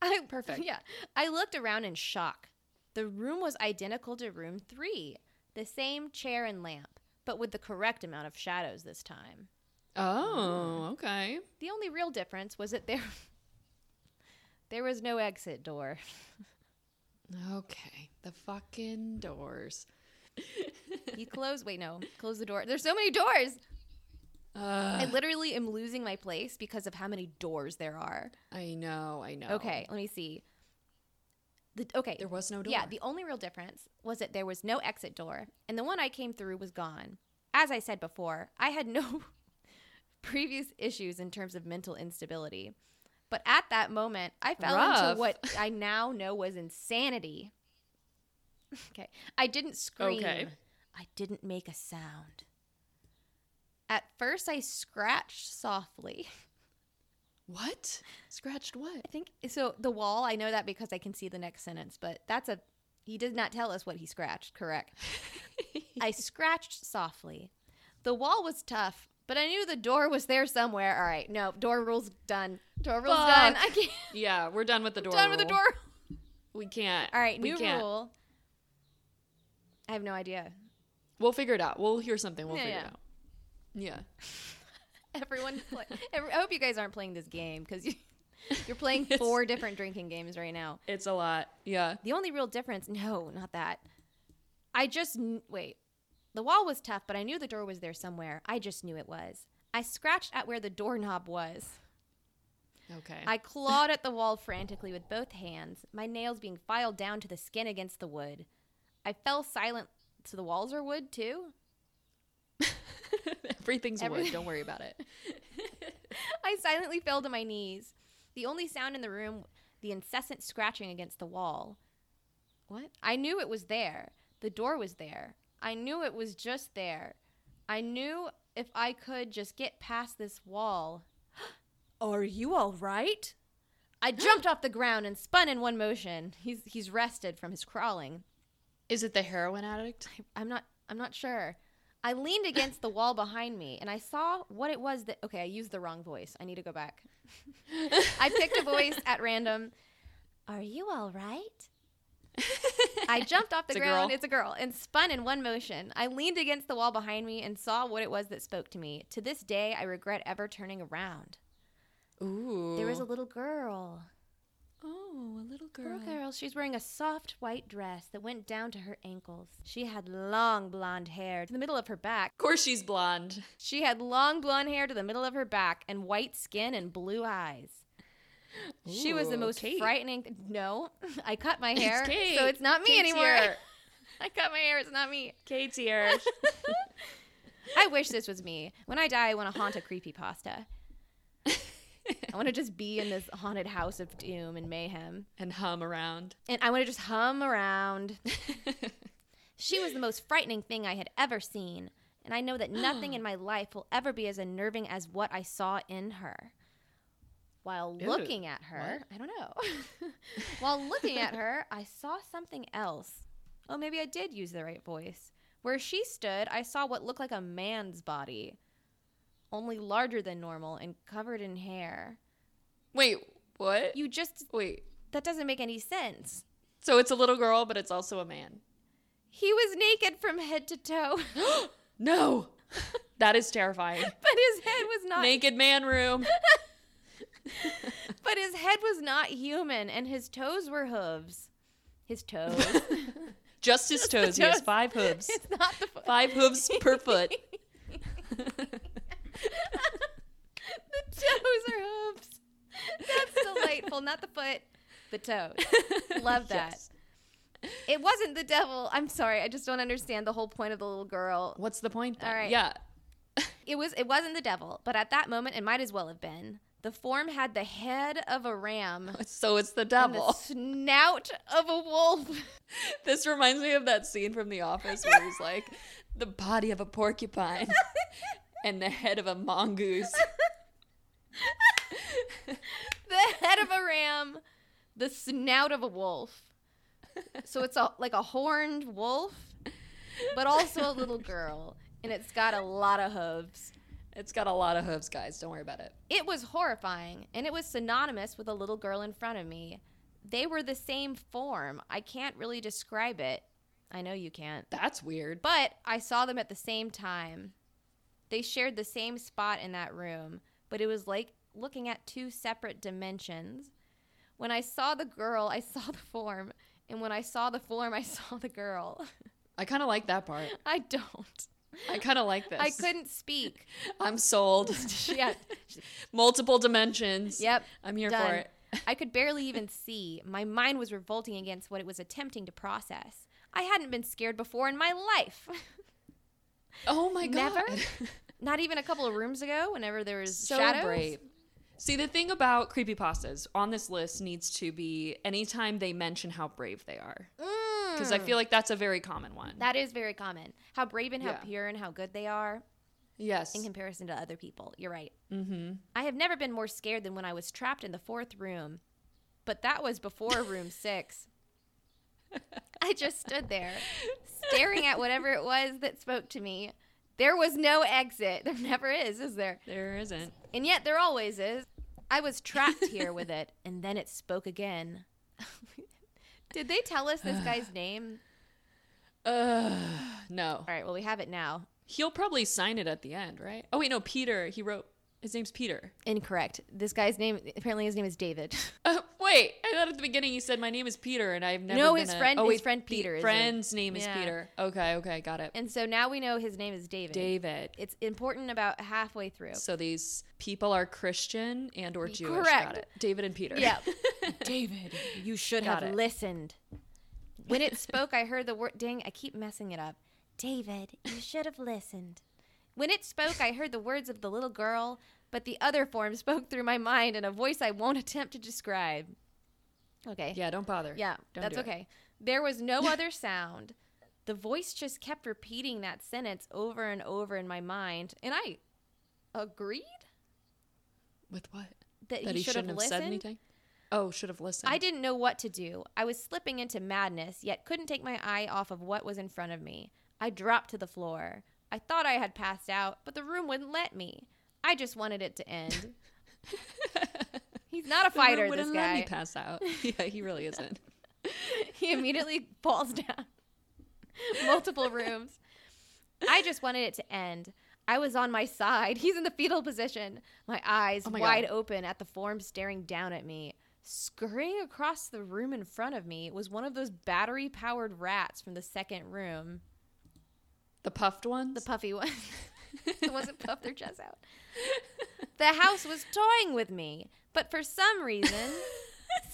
[SPEAKER 1] I,
[SPEAKER 2] Perfect.
[SPEAKER 1] Yeah. I looked around in shock. The room was identical to room three the same chair and lamp, but with the correct amount of shadows this time.
[SPEAKER 2] Oh, okay.
[SPEAKER 1] The only real difference was that there, there was no exit door.
[SPEAKER 2] Okay. The fucking doors.
[SPEAKER 1] You close, wait, no, close the door. There's so many doors. I
[SPEAKER 2] Uh,
[SPEAKER 1] literally am losing my place because of how many doors there are.
[SPEAKER 2] I know. I know.
[SPEAKER 1] Okay, let me see. The, okay,
[SPEAKER 2] Oh. There was no door.
[SPEAKER 1] Yeah, the only real difference was that there was no exit door, and the one I came through was gone. As I said before, I had no previous issues in terms of mental instability. But at that moment, I fell
[SPEAKER 2] Rough.
[SPEAKER 1] into what I now know was insanity. Okay. I didn't scream.
[SPEAKER 2] Okay.
[SPEAKER 1] I didn't make a sound. At first, I scratched softly.
[SPEAKER 2] What? Scratched what?
[SPEAKER 1] I think so. The wall, I know that because I can see the next sentence, but that's a. He did not tell us what he scratched, correct? I scratched softly. The wall was tough, but I knew the door was there somewhere. All right, no, door rules done. Door rules done. I
[SPEAKER 2] Fuck.
[SPEAKER 1] can't.
[SPEAKER 2] yeah, we're done with the door.
[SPEAKER 1] done with the
[SPEAKER 2] rule.
[SPEAKER 1] door.
[SPEAKER 2] We can't.
[SPEAKER 1] All right,
[SPEAKER 2] we
[SPEAKER 1] new
[SPEAKER 2] can't.
[SPEAKER 1] rule. I have no idea.
[SPEAKER 2] We'll figure it out. We'll hear something. We'll
[SPEAKER 1] Yeah,
[SPEAKER 2] figure
[SPEAKER 1] yeah.
[SPEAKER 2] it out. Yeah.
[SPEAKER 1] Everyone, play, every, I hope you guys aren't playing this game because you, you're playing four different drinking games right now.
[SPEAKER 2] It's a lot. Yeah.
[SPEAKER 1] The only real difference, no, not that. I just kn- wait. The wall was tough, but I knew the door was there somewhere. I just knew it was. I scratched at where the doorknob was.
[SPEAKER 2] Okay.
[SPEAKER 1] I clawed at the wall frantically with both hands, my nails being filed down to the skin against the wood. I fell silent. So the walls are wood too?
[SPEAKER 2] Everything's
[SPEAKER 1] Everything-
[SPEAKER 2] wood. Don't worry about it.
[SPEAKER 1] I silently fell to my knees. The only sound in the room, the incessant scratching against the wall. What? I knew it was there. The door was there. I knew it was just there. I knew if I could just get past this wall. Are you all right? I jumped off the ground and spun in one motion. He's he's rested from his crawling.
[SPEAKER 2] Is it the heroin addict?
[SPEAKER 1] I'm not I'm not sure. I leaned against the wall behind me and I saw what it was that okay, I used the wrong voice. I need to go back. I picked a voice at random. Are you all right? I jumped off the
[SPEAKER 2] It's a
[SPEAKER 1] ground.
[SPEAKER 2] girl.
[SPEAKER 1] It's a girl and spun in one motion. I leaned against the wall behind me and saw what it was that spoke to me. To this day, I regret ever turning around.
[SPEAKER 2] Ooh.
[SPEAKER 1] There was a little girl.
[SPEAKER 2] oh, a little
[SPEAKER 1] Girl,
[SPEAKER 2] girl.
[SPEAKER 1] girl, she's wearing a soft white dress that went down to her ankles. She had long blonde hair to the middle of her back.
[SPEAKER 2] Of course, she's blonde.
[SPEAKER 1] She had long blonde hair to the middle of her back and white skin and blue eyes. she was the
[SPEAKER 2] Ooh,
[SPEAKER 1] most
[SPEAKER 2] Kate.
[SPEAKER 1] frightening. No, I cut my hair,
[SPEAKER 2] Kate.
[SPEAKER 1] so it's not me
[SPEAKER 2] Kate's
[SPEAKER 1] anymore.
[SPEAKER 2] here.
[SPEAKER 1] I cut my hair; it's not me.
[SPEAKER 2] Kate's here.
[SPEAKER 1] I wish this was me. When I die, I want to haunt a creepy pasta. I want to just be in this haunted house of doom and mayhem,
[SPEAKER 2] and hum around.
[SPEAKER 1] and I want to just hum around. She was the most frightening thing I had ever seen, and I know that nothing in my life will ever be as unnerving as what I saw in her. While
[SPEAKER 2] Ew,
[SPEAKER 1] looking at her, I don't know. While looking at her, I saw something else. Oh, maybe I did use the right voice. Where she stood, I saw what looked like a man's body, only larger than normal and covered in hair.
[SPEAKER 2] Wait, what?
[SPEAKER 1] You just,
[SPEAKER 2] Wait.
[SPEAKER 1] that doesn't make any sense.
[SPEAKER 2] So it's a little girl, but it's also a man.
[SPEAKER 1] He was naked from head to toe,
[SPEAKER 2] No. that is terrifying.
[SPEAKER 1] but his head was not
[SPEAKER 2] Naked man room.
[SPEAKER 1] But his head was not human, and his toes were hooves. His toes.
[SPEAKER 2] Just his toes. He has
[SPEAKER 1] toes.
[SPEAKER 2] five hooves.
[SPEAKER 1] it's not the foot.
[SPEAKER 2] Five hooves per foot.
[SPEAKER 1] the toes are hooves. That's delightful. Not the foot, the toes. Love that.
[SPEAKER 2] Yes.
[SPEAKER 1] It wasn't the devil. I'm sorry. I just don't understand the whole point of the little girl.
[SPEAKER 2] What's the point? Then?
[SPEAKER 1] All right.
[SPEAKER 2] Yeah.
[SPEAKER 1] It was. It wasn't the devil. But at that moment, it might as well have been. The form had the head of a ram
[SPEAKER 2] So it's the
[SPEAKER 1] and the
[SPEAKER 2] devil.
[SPEAKER 1] snout of a wolf.
[SPEAKER 2] This reminds me of that scene from The Office where he's like, the body of a porcupine and the head of a mongoose.
[SPEAKER 1] the head of a ram, the snout of a wolf. So it's a, like a horned wolf, but also a little girl, and it's got a lot of hooves.
[SPEAKER 2] It's got a lot of hooves, guys. Don't worry about it.
[SPEAKER 1] It was horrifying, and it was synonymous with a little girl in front of me. They were the same form. I can't really describe it. I know you can't.
[SPEAKER 2] That's weird.
[SPEAKER 1] But I saw them at the same time. They shared the same spot in that room, but it was like looking at two separate dimensions. When I saw the girl, I saw the form, and when I saw the form, I saw the girl.
[SPEAKER 2] I kind of like that part.
[SPEAKER 1] I don't.
[SPEAKER 2] I kind of like this.
[SPEAKER 1] I couldn't speak.
[SPEAKER 2] I'm sold.
[SPEAKER 1] Yeah.
[SPEAKER 2] Multiple dimensions.
[SPEAKER 1] Yep.
[SPEAKER 2] I'm here for
[SPEAKER 1] Done.
[SPEAKER 2] it.
[SPEAKER 1] I could barely even see. My mind was revolting against what it was attempting to process. I hadn't been scared before in my life.
[SPEAKER 2] Oh my god.
[SPEAKER 1] Never? Not even a couple of rooms ago, whenever there was
[SPEAKER 2] so
[SPEAKER 1] shadows.
[SPEAKER 2] brave. See, the thing about creepypastas on this list needs to be anytime they mention how brave they are. because I feel like that's a very common one.
[SPEAKER 1] Mm. That is very common. How brave and how
[SPEAKER 2] Yeah.
[SPEAKER 1] pure and how good they are
[SPEAKER 2] yes.
[SPEAKER 1] in comparison to other people. You're right.
[SPEAKER 2] mm-hmm.
[SPEAKER 1] I have never been more scared than when I was trapped in the fourth room, but that was before room six. I just stood there, staring at whatever it was that spoke to me. There was no exit. There never is, is there?
[SPEAKER 2] There isn't.
[SPEAKER 1] And yet there always is. I was trapped here with it, and then it spoke again. Did they tell us this guy's name?
[SPEAKER 2] Uh, no.
[SPEAKER 1] All right, well, we have it now.
[SPEAKER 2] He'll probably sign it at the end, right? Oh wait, no. Peter. He wrote. His name's Peter.
[SPEAKER 1] Incorrect. This guy's name, apparently, his name is David.
[SPEAKER 2] Uh, wait, I thought at the beginning you said my name is Peter, and I've never.
[SPEAKER 1] No,
[SPEAKER 2] been
[SPEAKER 1] his
[SPEAKER 2] a-
[SPEAKER 1] friend-
[SPEAKER 2] Oh,
[SPEAKER 1] his
[SPEAKER 2] wait,
[SPEAKER 1] friend
[SPEAKER 2] Pe-
[SPEAKER 1] Peter is
[SPEAKER 2] friend's name is
[SPEAKER 1] Yeah.
[SPEAKER 2] Peter. Okay, okay, got it.
[SPEAKER 1] and so now we know his name is David.
[SPEAKER 2] David.
[SPEAKER 1] It's important about halfway through.
[SPEAKER 2] So these people are Christian and or Jewish. Got
[SPEAKER 1] Correct.
[SPEAKER 2] it. David and Peter.
[SPEAKER 1] Yeah. David, you should
[SPEAKER 2] Got
[SPEAKER 1] have
[SPEAKER 2] it.
[SPEAKER 1] listened. When it spoke, I heard the word. Dang, I keep messing it up. David, you should have listened. When it spoke, I heard the words of the little girl, but the other form spoke through my mind in a voice I won't attempt to describe. Okay.
[SPEAKER 2] Yeah, don't bother.
[SPEAKER 1] Yeah,
[SPEAKER 2] Don't
[SPEAKER 1] that's
[SPEAKER 2] do it.
[SPEAKER 1] okay. There was no other sound. The voice just kept repeating that sentence over and over in my mind, and I agreed
[SPEAKER 2] With what?
[SPEAKER 1] that,
[SPEAKER 2] That
[SPEAKER 1] he,
[SPEAKER 2] he
[SPEAKER 1] should have
[SPEAKER 2] shouldn't have
[SPEAKER 1] listened.
[SPEAKER 2] said anything? Oh, should have listened.
[SPEAKER 1] I didn't know what to do. I was slipping into madness, yet couldn't take my eye off of what was in front of me. I dropped to the floor. I thought I had passed out, but the room wouldn't let me. I just wanted it to end. He's not a
[SPEAKER 2] The room
[SPEAKER 1] fighter, this
[SPEAKER 2] wouldn't
[SPEAKER 1] guy.
[SPEAKER 2] let me pass out. yeah, he really isn't.
[SPEAKER 1] he immediately falls down multiple rooms i just wanted it to end i was on my side he's in the fetal position my eyes
[SPEAKER 2] Oh my
[SPEAKER 1] wide
[SPEAKER 2] God.
[SPEAKER 1] open at the form staring down at me scurrying across the room in front of me was one of those battery powered rats from the second room
[SPEAKER 2] The puffed ones.
[SPEAKER 1] the puffy one the ones that puff their chests out the house was toying with me but for some reason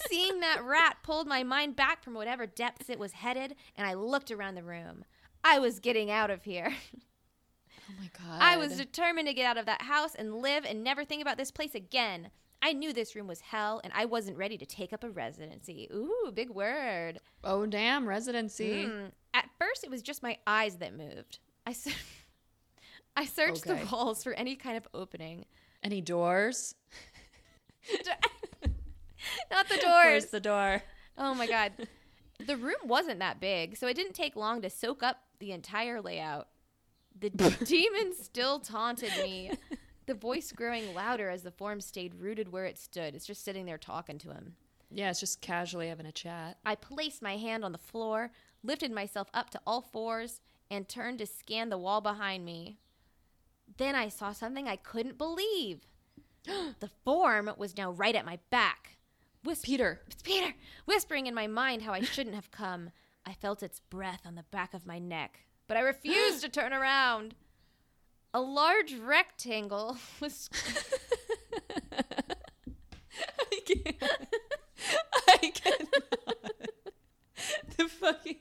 [SPEAKER 1] Seeing that rat pulled my mind back from whatever depths it was headed, and I looked around the room. I was getting out of here.
[SPEAKER 2] oh my god.
[SPEAKER 1] I was determined to get out of that house and live and never think about this place again. I knew this room was hell, and I wasn't ready to take up a residency. Ooh, big word.
[SPEAKER 2] oh damn residency.
[SPEAKER 1] Mm. At first, it was just my eyes that moved. I, se- I searched
[SPEAKER 2] Okay.
[SPEAKER 1] the walls for any kind of opening.
[SPEAKER 2] Any doors?
[SPEAKER 1] Not the
[SPEAKER 2] Where's
[SPEAKER 1] doors.
[SPEAKER 2] the door?
[SPEAKER 1] Oh my god. The room wasn't that big, so it didn't take long to soak up the entire layout. The demon still taunted me. The voice growing louder as the form stayed rooted where it stood. It's just sitting there talking to him.
[SPEAKER 2] Yeah, it's just casually having a chat.
[SPEAKER 1] I placed my hand on the floor, lifted myself up to all fours, and turned to scan the wall behind me. Then I saw something I couldn't believe. the form was now right at my back. Whisper-
[SPEAKER 2] Peter.
[SPEAKER 1] it's Peter, whispering in my mind how I shouldn't have come. I felt its breath on the back of my neck, but I refused to turn around. A large rectangle was.
[SPEAKER 2] I can't. I cannot. the fucking.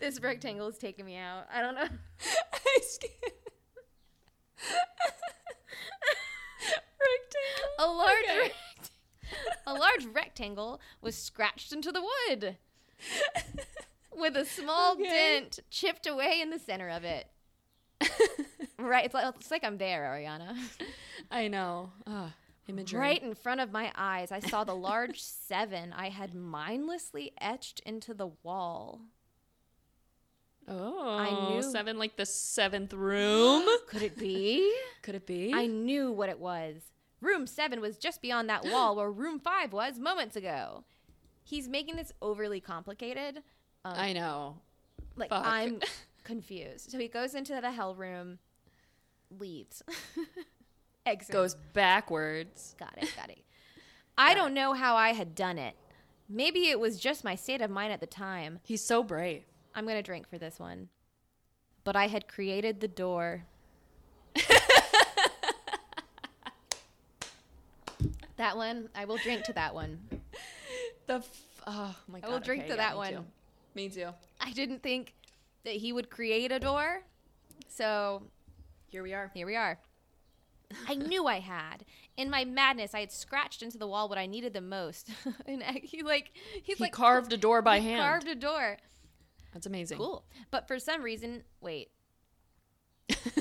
[SPEAKER 1] this rectangle is taking me out. I don't know.
[SPEAKER 2] I just can't. Rectangle.
[SPEAKER 1] A large,
[SPEAKER 2] Okay.
[SPEAKER 1] rect- a large rectangle was scratched into the wood, with a small
[SPEAKER 2] Okay.
[SPEAKER 1] dent chipped away in the center of it. Right, it's like, it's like I'm there, Ariana.
[SPEAKER 2] I know. Ah, imagery.
[SPEAKER 1] Right in front of my eyes, I saw the large seven I had mindlessly etched into the wall.
[SPEAKER 2] Oh,
[SPEAKER 1] knew.
[SPEAKER 2] seven, like the seventh room.
[SPEAKER 1] Could it be?
[SPEAKER 2] Could it be?
[SPEAKER 1] I knew what it was. Room seven was just beyond that wall where room five was moments ago. He's making this overly complicated. Um,
[SPEAKER 2] I know.
[SPEAKER 1] like
[SPEAKER 2] fuck.
[SPEAKER 1] I'm confused. So he goes into the hell room, leaves, exits.
[SPEAKER 2] Goes backwards.
[SPEAKER 1] Got it. Got it. I don't know how I had done it. Maybe it was just my state of mind at the time.
[SPEAKER 2] He's so brave.
[SPEAKER 1] I'm going to drink for this one. But I had created the door. that one, I will drink to that one.
[SPEAKER 2] The f- oh my god.
[SPEAKER 1] will drink
[SPEAKER 2] okay,
[SPEAKER 1] to
[SPEAKER 2] yeah,
[SPEAKER 1] that
[SPEAKER 2] me
[SPEAKER 1] one.
[SPEAKER 2] too. Me too.
[SPEAKER 1] I didn't think that he would create a door. So
[SPEAKER 2] Here we are.
[SPEAKER 1] Here we are. I knew I had. In my madness, I had scratched into the wall what I needed the most. and I- he like he's
[SPEAKER 2] He
[SPEAKER 1] like
[SPEAKER 2] carved a door by
[SPEAKER 1] he
[SPEAKER 2] hand.
[SPEAKER 1] carved a door.
[SPEAKER 2] That's amazing.
[SPEAKER 1] Cool. But for some reason, wait.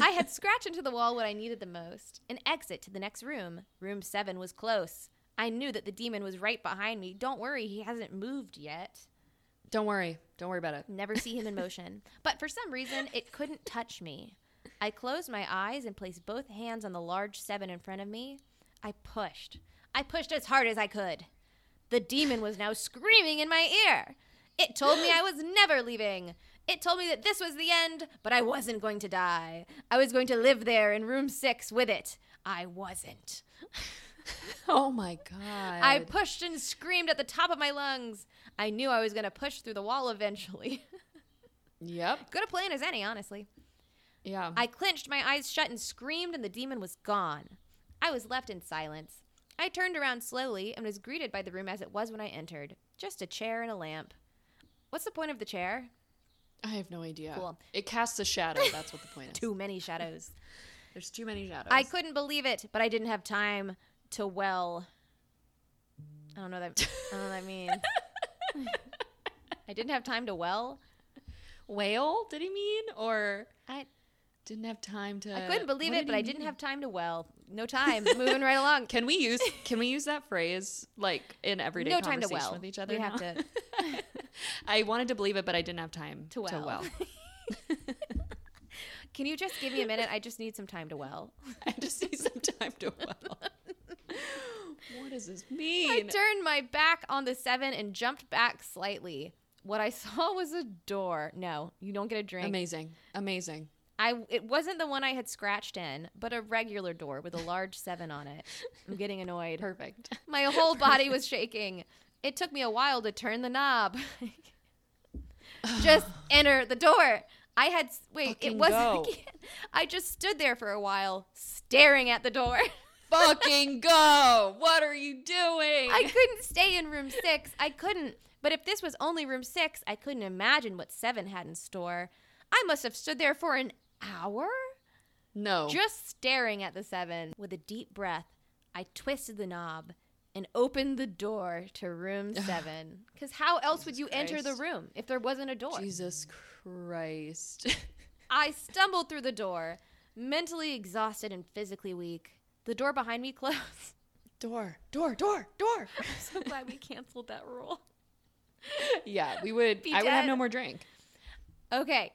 [SPEAKER 1] I had scratched into the wall what I needed the most an exit to the next room. Room seven was close. I knew that the demon was right behind me. Don't worry, he hasn't moved yet.
[SPEAKER 2] Don't worry. Don't worry about it.
[SPEAKER 1] Never see him in motion. But for some reason, it couldn't touch me. I closed my eyes and placed both hands on the large seven in front of me. I pushed. I pushed as hard as I could. The demon was now screaming in my ear. It told me I was never leaving. It told me that this was the end, but I wasn't going to die. I was going to live there in room six with it. I wasn't.
[SPEAKER 2] Oh my god.
[SPEAKER 1] I pushed and screamed at the top of my lungs. I knew I was going to push through the wall eventually.
[SPEAKER 2] Yep.
[SPEAKER 1] Good a plan as any, honestly.
[SPEAKER 2] Yeah.
[SPEAKER 1] I clenched my eyes shut and screamed, and the demon was gone. I was left in silence. I turned around slowly and was greeted by the room as it was when I entered just a chair and a lamp. What's the point of the chair?
[SPEAKER 2] I have no idea.
[SPEAKER 1] Cool.
[SPEAKER 2] It casts a shadow. That's what the point is.
[SPEAKER 1] Too many shadows.
[SPEAKER 2] There's too many shadows.
[SPEAKER 1] I couldn't believe it, but I didn't have time to well. I don't know that. I don't know what that means. I didn't have time to well.
[SPEAKER 2] whale? Did he mean or
[SPEAKER 1] I,
[SPEAKER 2] didn't have time to?
[SPEAKER 1] I couldn't believe
[SPEAKER 2] Uh, What
[SPEAKER 1] it,
[SPEAKER 2] did
[SPEAKER 1] but
[SPEAKER 2] he
[SPEAKER 1] I didn't
[SPEAKER 2] mean?
[SPEAKER 1] have time to well. No time. Moving right along.
[SPEAKER 2] Can we use Can we use that phrase like in everyday
[SPEAKER 1] No time to
[SPEAKER 2] conversation
[SPEAKER 1] well.
[SPEAKER 2] with each other?
[SPEAKER 1] We have
[SPEAKER 2] now?
[SPEAKER 1] to-
[SPEAKER 2] I wanted to believe it, but I didn't have time
[SPEAKER 1] To well. Can you just give me a minute? I just need some time to well.
[SPEAKER 2] I just need some time to well. what does this
[SPEAKER 1] I
[SPEAKER 2] mean?
[SPEAKER 1] turned my back on the seven and jumped back slightly. What I saw was a door. No, you don't get a drink.
[SPEAKER 2] Amazing. Amazing.
[SPEAKER 1] I it wasn't the one I had scratched in, but a regular door with a large seven on it. I'm getting annoyed.
[SPEAKER 2] Perfect.
[SPEAKER 1] My whole body was shaking. It took me a while to turn the knob. just enter the door. I had wait, it
[SPEAKER 2] Fucking
[SPEAKER 1] wasn't.
[SPEAKER 2] go.
[SPEAKER 1] I just stood there for a while, staring at the door.
[SPEAKER 2] Fucking go. What are you doing?
[SPEAKER 1] I couldn't stay in room six. I couldn't. But if this was only room six, I couldn't imagine what seven had in store. I must have stood there for an hour,
[SPEAKER 2] no.
[SPEAKER 1] just staring at the seven. With a deep breath, I twisted the knob and opened the door to room seven. Because how else would you enter the
[SPEAKER 2] Christ.
[SPEAKER 1] room if there wasn't a door?
[SPEAKER 2] Jesus Christ.
[SPEAKER 1] I stumbled through the door, mentally exhausted and physically weak. The door behind me closed.
[SPEAKER 2] door. Door. Door. Door.
[SPEAKER 1] I'm so glad we canceled that rule.
[SPEAKER 2] yeah, we would
[SPEAKER 1] Be
[SPEAKER 2] I would have
[SPEAKER 1] dead.
[SPEAKER 2] no more drink.
[SPEAKER 1] Okay.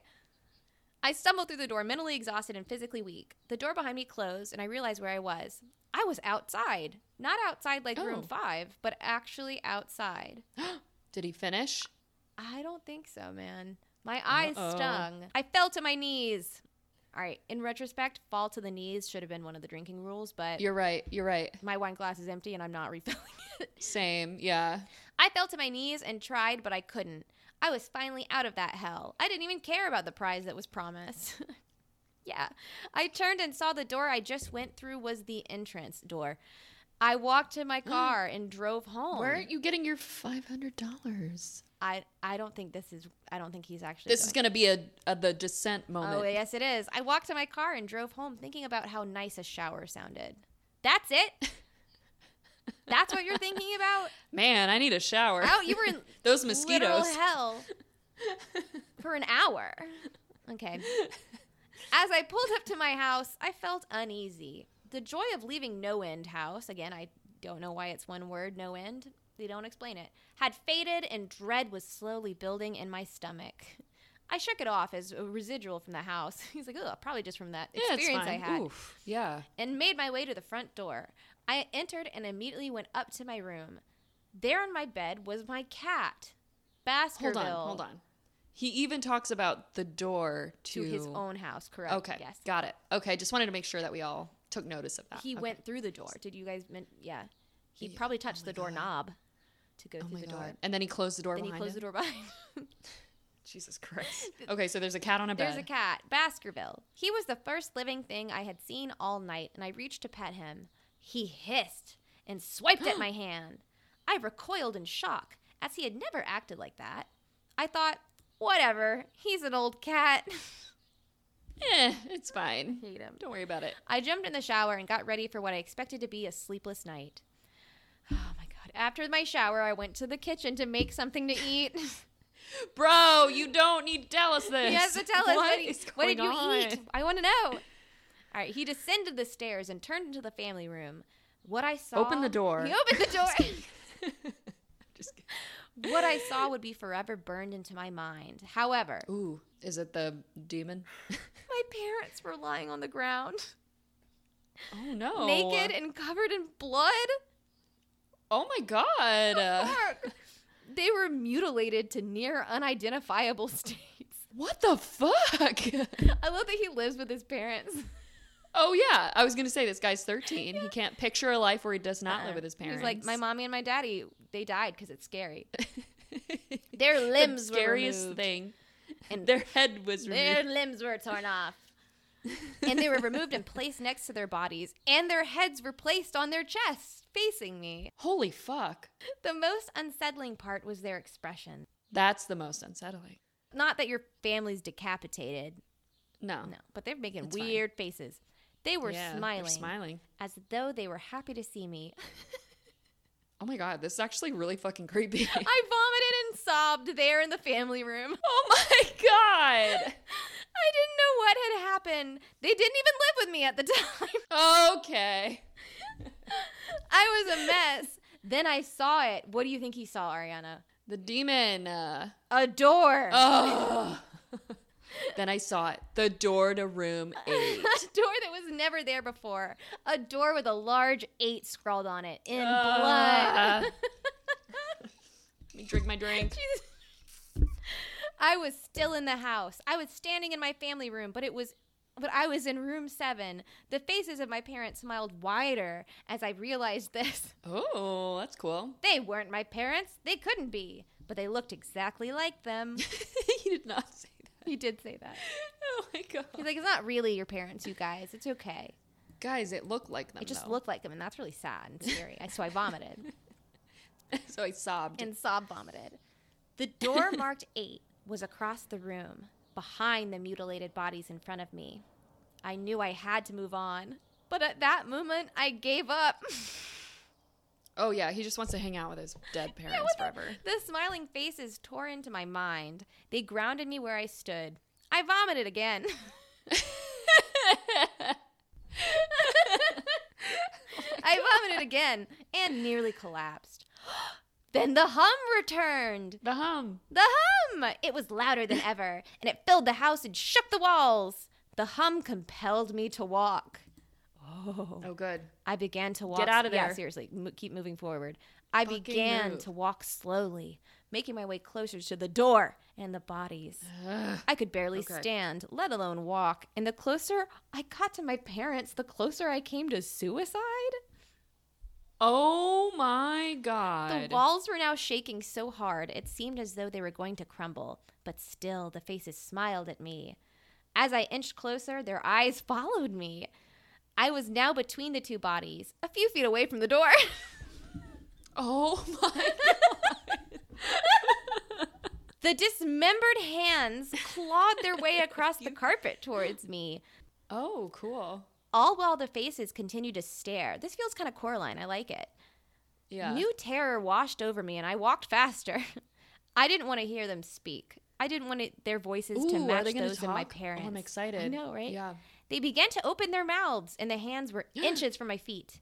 [SPEAKER 1] I stumbled through the door, mentally exhausted and physically weak. The door behind me closed, and I realized where I was. I was outside. Not outside like room
[SPEAKER 2] Oh.
[SPEAKER 1] five, but actually outside.
[SPEAKER 2] Did he finish?
[SPEAKER 1] I don't think so, man. My eyes
[SPEAKER 2] Uh-oh.
[SPEAKER 1] stung. I fell to my knees. All right. In retrospect, fall to the knees should have been one of the drinking rules, but
[SPEAKER 2] You're right. You're right.
[SPEAKER 1] my wine glass is empty and I'm not refilling it.
[SPEAKER 2] Same. Yeah.
[SPEAKER 1] I fell to my knees and tried, but I couldn't. I was finally out of that hell. I didn't even care about the prize that was promised. yeah. I turned and saw the door I just went through was the entrance door. I walked to my car and drove home.
[SPEAKER 2] Where aren't you getting your five hundred dollars?
[SPEAKER 1] I I don't think this is I don't think he's actually
[SPEAKER 2] This is gonna be a, a the descent moment.
[SPEAKER 1] Oh, yes it is. I walked to my car and drove home thinking about how nice a shower sounded. That's it? That's what you're thinking about?
[SPEAKER 2] Man, I need a shower.
[SPEAKER 1] Wow, you were in
[SPEAKER 2] Those
[SPEAKER 1] literal
[SPEAKER 2] mosquitoes.
[SPEAKER 1] hell for an hour. Okay. As I pulled up to my house, I felt uneasy. The joy of leaving No End House, again, I don't know why it's one word, No End, they don't explain it, had faded and dread was slowly building in my stomach. I shook it off as a residual from the house. He's like, oh, probably just from that
[SPEAKER 2] yeah, it's
[SPEAKER 1] experience
[SPEAKER 2] fine.
[SPEAKER 1] I had
[SPEAKER 2] Oof. Yeah.
[SPEAKER 1] and made my way to the front door. I entered and immediately went up to my room. There on my bed was my cat,
[SPEAKER 2] Hold
[SPEAKER 1] Baskerville.
[SPEAKER 2] on. Hold on. He even talks about the door
[SPEAKER 1] To
[SPEAKER 2] to,
[SPEAKER 1] his own house, correct?
[SPEAKER 2] Okay.
[SPEAKER 1] Yes.
[SPEAKER 2] Got it. Okay. Just wanted to make sure that we all took notice of that.
[SPEAKER 1] He
[SPEAKER 2] Okay.
[SPEAKER 1] went through the door. Did you guys? Men- yeah. He
[SPEAKER 2] Yeah.
[SPEAKER 1] probably touched
[SPEAKER 2] Oh
[SPEAKER 1] the
[SPEAKER 2] my God.
[SPEAKER 1] doorknob to go
[SPEAKER 2] Oh
[SPEAKER 1] through
[SPEAKER 2] my
[SPEAKER 1] the
[SPEAKER 2] god.
[SPEAKER 1] door.
[SPEAKER 2] And then he closed the door
[SPEAKER 1] Then he
[SPEAKER 2] behind
[SPEAKER 1] closed the
[SPEAKER 2] him.
[SPEAKER 1] door behind.
[SPEAKER 2] Jesus Christ. Okay, so there's a cat on a bed.
[SPEAKER 1] There's a cat, Baskerville. He was the first living thing I had seen all night, and I reached to pet him. He hissed and swiped at my hand. I recoiled in shock, as he had never acted like that. I thought, whatever, he's an old cat.
[SPEAKER 2] Eh, it's fine.
[SPEAKER 1] Hate him.
[SPEAKER 2] Don't worry about it.
[SPEAKER 1] I jumped in the shower and got ready for what I expected to be a sleepless night. Oh my god. After my shower, I went to the kitchen to make something to eat.
[SPEAKER 2] Bro, you don't need to tell us this.
[SPEAKER 1] You have to tell us what,
[SPEAKER 2] what is
[SPEAKER 1] what did you
[SPEAKER 2] going on?
[SPEAKER 1] eat? I want to know. All right, he descended the stairs and turned into the family room. What I saw.
[SPEAKER 2] Open the door.
[SPEAKER 1] He opened the door.
[SPEAKER 2] Just kidding.
[SPEAKER 1] what I saw would be forever burned into my mind. However,
[SPEAKER 2] Ooh, is it the demon?
[SPEAKER 1] my parents were lying on the ground,
[SPEAKER 2] Oh no.
[SPEAKER 1] naked and covered in blood.
[SPEAKER 2] Oh my god. Uh,
[SPEAKER 1] Fuck. they were mutilated to near unidentifiable states.
[SPEAKER 2] what the fuck?
[SPEAKER 1] I love that he lives with his parents.
[SPEAKER 2] Oh yeah, I was gonna say this guy's 13. He can't picture a life where he does not live with his
[SPEAKER 1] He was
[SPEAKER 2] parents.
[SPEAKER 1] Uh, like, my mommy and my daddy, they died because it's scary. Their limbs
[SPEAKER 2] the scariest
[SPEAKER 1] were removed,
[SPEAKER 2] thing.
[SPEAKER 1] and
[SPEAKER 2] Their head was
[SPEAKER 1] their
[SPEAKER 2] removed.
[SPEAKER 1] limbs were torn off, and they were removed and placed next to their bodies, and their heads were placed on their chests, facing me.
[SPEAKER 2] Holy fuck.
[SPEAKER 1] The most unsettling part was their expression.
[SPEAKER 2] That's the most unsettling.
[SPEAKER 1] Not that your family's decapitated,
[SPEAKER 2] No.
[SPEAKER 1] no, but they're making
[SPEAKER 2] It's fine.
[SPEAKER 1] weird faces. They were
[SPEAKER 2] Yeah, they're
[SPEAKER 1] smiling,
[SPEAKER 2] Smiling.
[SPEAKER 1] as though they were happy to see me.
[SPEAKER 2] Oh my god, this is actually really fucking creepy.
[SPEAKER 1] I vomited and sobbed there in the family room.
[SPEAKER 2] oh my god.
[SPEAKER 1] I didn't know what had happened. They didn't even live with me at the time.
[SPEAKER 2] Okay.
[SPEAKER 1] I was a mess. Then I saw it. What do you think he saw, Ariana?
[SPEAKER 2] The demon. Uh,
[SPEAKER 1] A door.
[SPEAKER 2] oh. then I saw it. The door to room
[SPEAKER 1] a
[SPEAKER 2] eight.
[SPEAKER 1] door that was never there before. A door with a large eight scrawled on it in
[SPEAKER 2] Ah.
[SPEAKER 1] blood.
[SPEAKER 2] Let me drink my drink.
[SPEAKER 1] Jesus. I was still in the house. I was standing in my family room, but it was but I was in room 7. The faces of my parents smiled wider as I realized this.
[SPEAKER 2] Oh, that's cool.
[SPEAKER 1] They weren't my parents. They couldn't be. But they looked exactly like them.
[SPEAKER 2] you did not say that.
[SPEAKER 1] he did say that.
[SPEAKER 2] Oh my god.
[SPEAKER 1] He's like, it's not really your parents, you guys. It's okay.
[SPEAKER 2] Guys, it looked like them.
[SPEAKER 1] It just
[SPEAKER 2] though.
[SPEAKER 1] looked like them, and that's really sad and scary. I- so I vomited
[SPEAKER 2] so I sobbed.
[SPEAKER 1] and sob vomited. The door marked eight was across the room, behind the mutilated bodies in front of me. I knew I had to move on, but at that moment, I gave up.
[SPEAKER 2] oh yeah, he just wants to hang out with his dead parents
[SPEAKER 1] what the-
[SPEAKER 2] forever.
[SPEAKER 1] The smiling faces tore into my mind. They grounded me where I stood. I vomited again. I vomited again and nearly collapsed. then the hum returned.
[SPEAKER 2] The hum.
[SPEAKER 1] The hum! It was louder than ever, and it filled the house and shook the walls. The hum compelled me to walk. Oh.
[SPEAKER 2] Oh good.
[SPEAKER 1] I began to walk.
[SPEAKER 2] out of
[SPEAKER 1] yeah,
[SPEAKER 2] there.
[SPEAKER 1] seriously, mo- keep moving forward. I
[SPEAKER 2] Fucking
[SPEAKER 1] began
[SPEAKER 2] move.
[SPEAKER 1] to walk slowly, making my way closer to the door and the bodies.
[SPEAKER 2] Ugh.
[SPEAKER 1] I could barely
[SPEAKER 2] Okay.
[SPEAKER 1] stand, let alone walk. And the closer I got to my parents, the closer I came to suicide.
[SPEAKER 2] Oh my god.
[SPEAKER 1] The walls were now shaking so hard, it seemed as though they were going to crumble. But still, the faces smiled at me. As I inched closer, their eyes followed me. I was now between the two bodies, a few feet away from the door.
[SPEAKER 2] Oh my
[SPEAKER 1] The dismembered hands clawed their way across the carpet towards me,
[SPEAKER 2] Oh, cool.
[SPEAKER 1] all while the faces continued to stare. This feels kind of Coraline. I like it.
[SPEAKER 2] Yeah.
[SPEAKER 1] New terror washed over me, and I walked faster. I didn't want to hear them speak. I didn't want it, their voices
[SPEAKER 2] Ooh,
[SPEAKER 1] to
[SPEAKER 2] are
[SPEAKER 1] match
[SPEAKER 2] they gonna
[SPEAKER 1] those of my
[SPEAKER 2] talk?
[SPEAKER 1] parents.
[SPEAKER 2] Oh, I'm excited.
[SPEAKER 1] I know, right?
[SPEAKER 2] Yeah.
[SPEAKER 1] They began to open their mouths, and the hands were inches from my feet.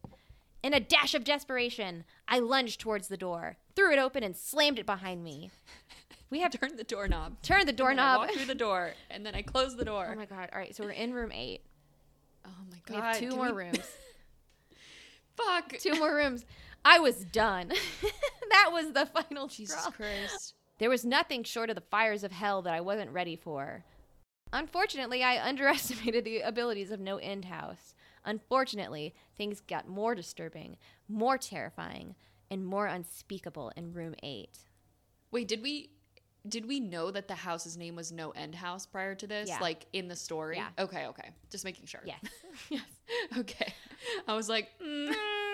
[SPEAKER 1] In a dash of desperation, I lunged towards the door, threw it open, and slammed it behind me. We have
[SPEAKER 2] Turn the doorknob.
[SPEAKER 1] turned the
[SPEAKER 2] And I
[SPEAKER 1] doorknob.
[SPEAKER 2] Oh walk through the door and then I close the door.
[SPEAKER 1] Oh my god! All right, so we're in room eight.
[SPEAKER 2] Oh my
[SPEAKER 1] We
[SPEAKER 2] god.
[SPEAKER 1] have two
[SPEAKER 2] can
[SPEAKER 1] more
[SPEAKER 2] we-
[SPEAKER 1] rooms.
[SPEAKER 2] Fuck.
[SPEAKER 1] two more rooms. I was done. that was the final
[SPEAKER 2] Jesus
[SPEAKER 1] straw.
[SPEAKER 2] Christ.
[SPEAKER 1] There was nothing short of the fires of hell that I wasn't ready for. Unfortunately, I underestimated the abilities of No End House. Unfortunately, things got more disturbing, more terrifying, and more unspeakable in room eight.
[SPEAKER 2] Wait, did we did we know that the house's name was No End House prior to this?
[SPEAKER 1] Yeah.
[SPEAKER 2] Like in the story?
[SPEAKER 1] Yeah.
[SPEAKER 2] Okay, okay. Just making sure.
[SPEAKER 1] Yes. yes.
[SPEAKER 2] Okay. I was like, mm,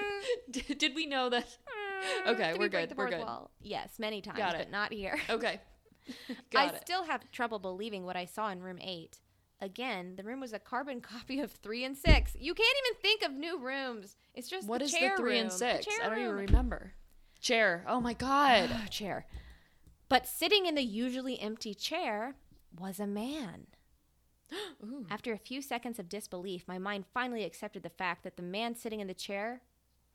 [SPEAKER 2] did, did we know that? Okay,
[SPEAKER 1] Did
[SPEAKER 2] we're
[SPEAKER 1] we break
[SPEAKER 2] good,
[SPEAKER 1] the
[SPEAKER 2] we're
[SPEAKER 1] fourth
[SPEAKER 2] good.
[SPEAKER 1] wall? Yes, many times,
[SPEAKER 2] Got
[SPEAKER 1] but
[SPEAKER 2] it.
[SPEAKER 1] not here.
[SPEAKER 2] Okay.
[SPEAKER 1] I
[SPEAKER 2] Got it.
[SPEAKER 1] still have trouble believing what I saw in room eight. Again, the room was a carbon copy of three and six. You can't even think of new rooms. It's just
[SPEAKER 2] What
[SPEAKER 1] the
[SPEAKER 2] is
[SPEAKER 1] chair
[SPEAKER 2] the three
[SPEAKER 1] room,
[SPEAKER 2] and
[SPEAKER 1] the
[SPEAKER 2] six?
[SPEAKER 1] chair
[SPEAKER 2] I don't even
[SPEAKER 1] room.
[SPEAKER 2] remember. Chair. Oh my god.
[SPEAKER 1] chair. But sitting in the usually empty chair was a man.
[SPEAKER 2] Ooh.
[SPEAKER 1] After a few seconds of disbelief, my mind finally accepted the fact that the man sitting in the chair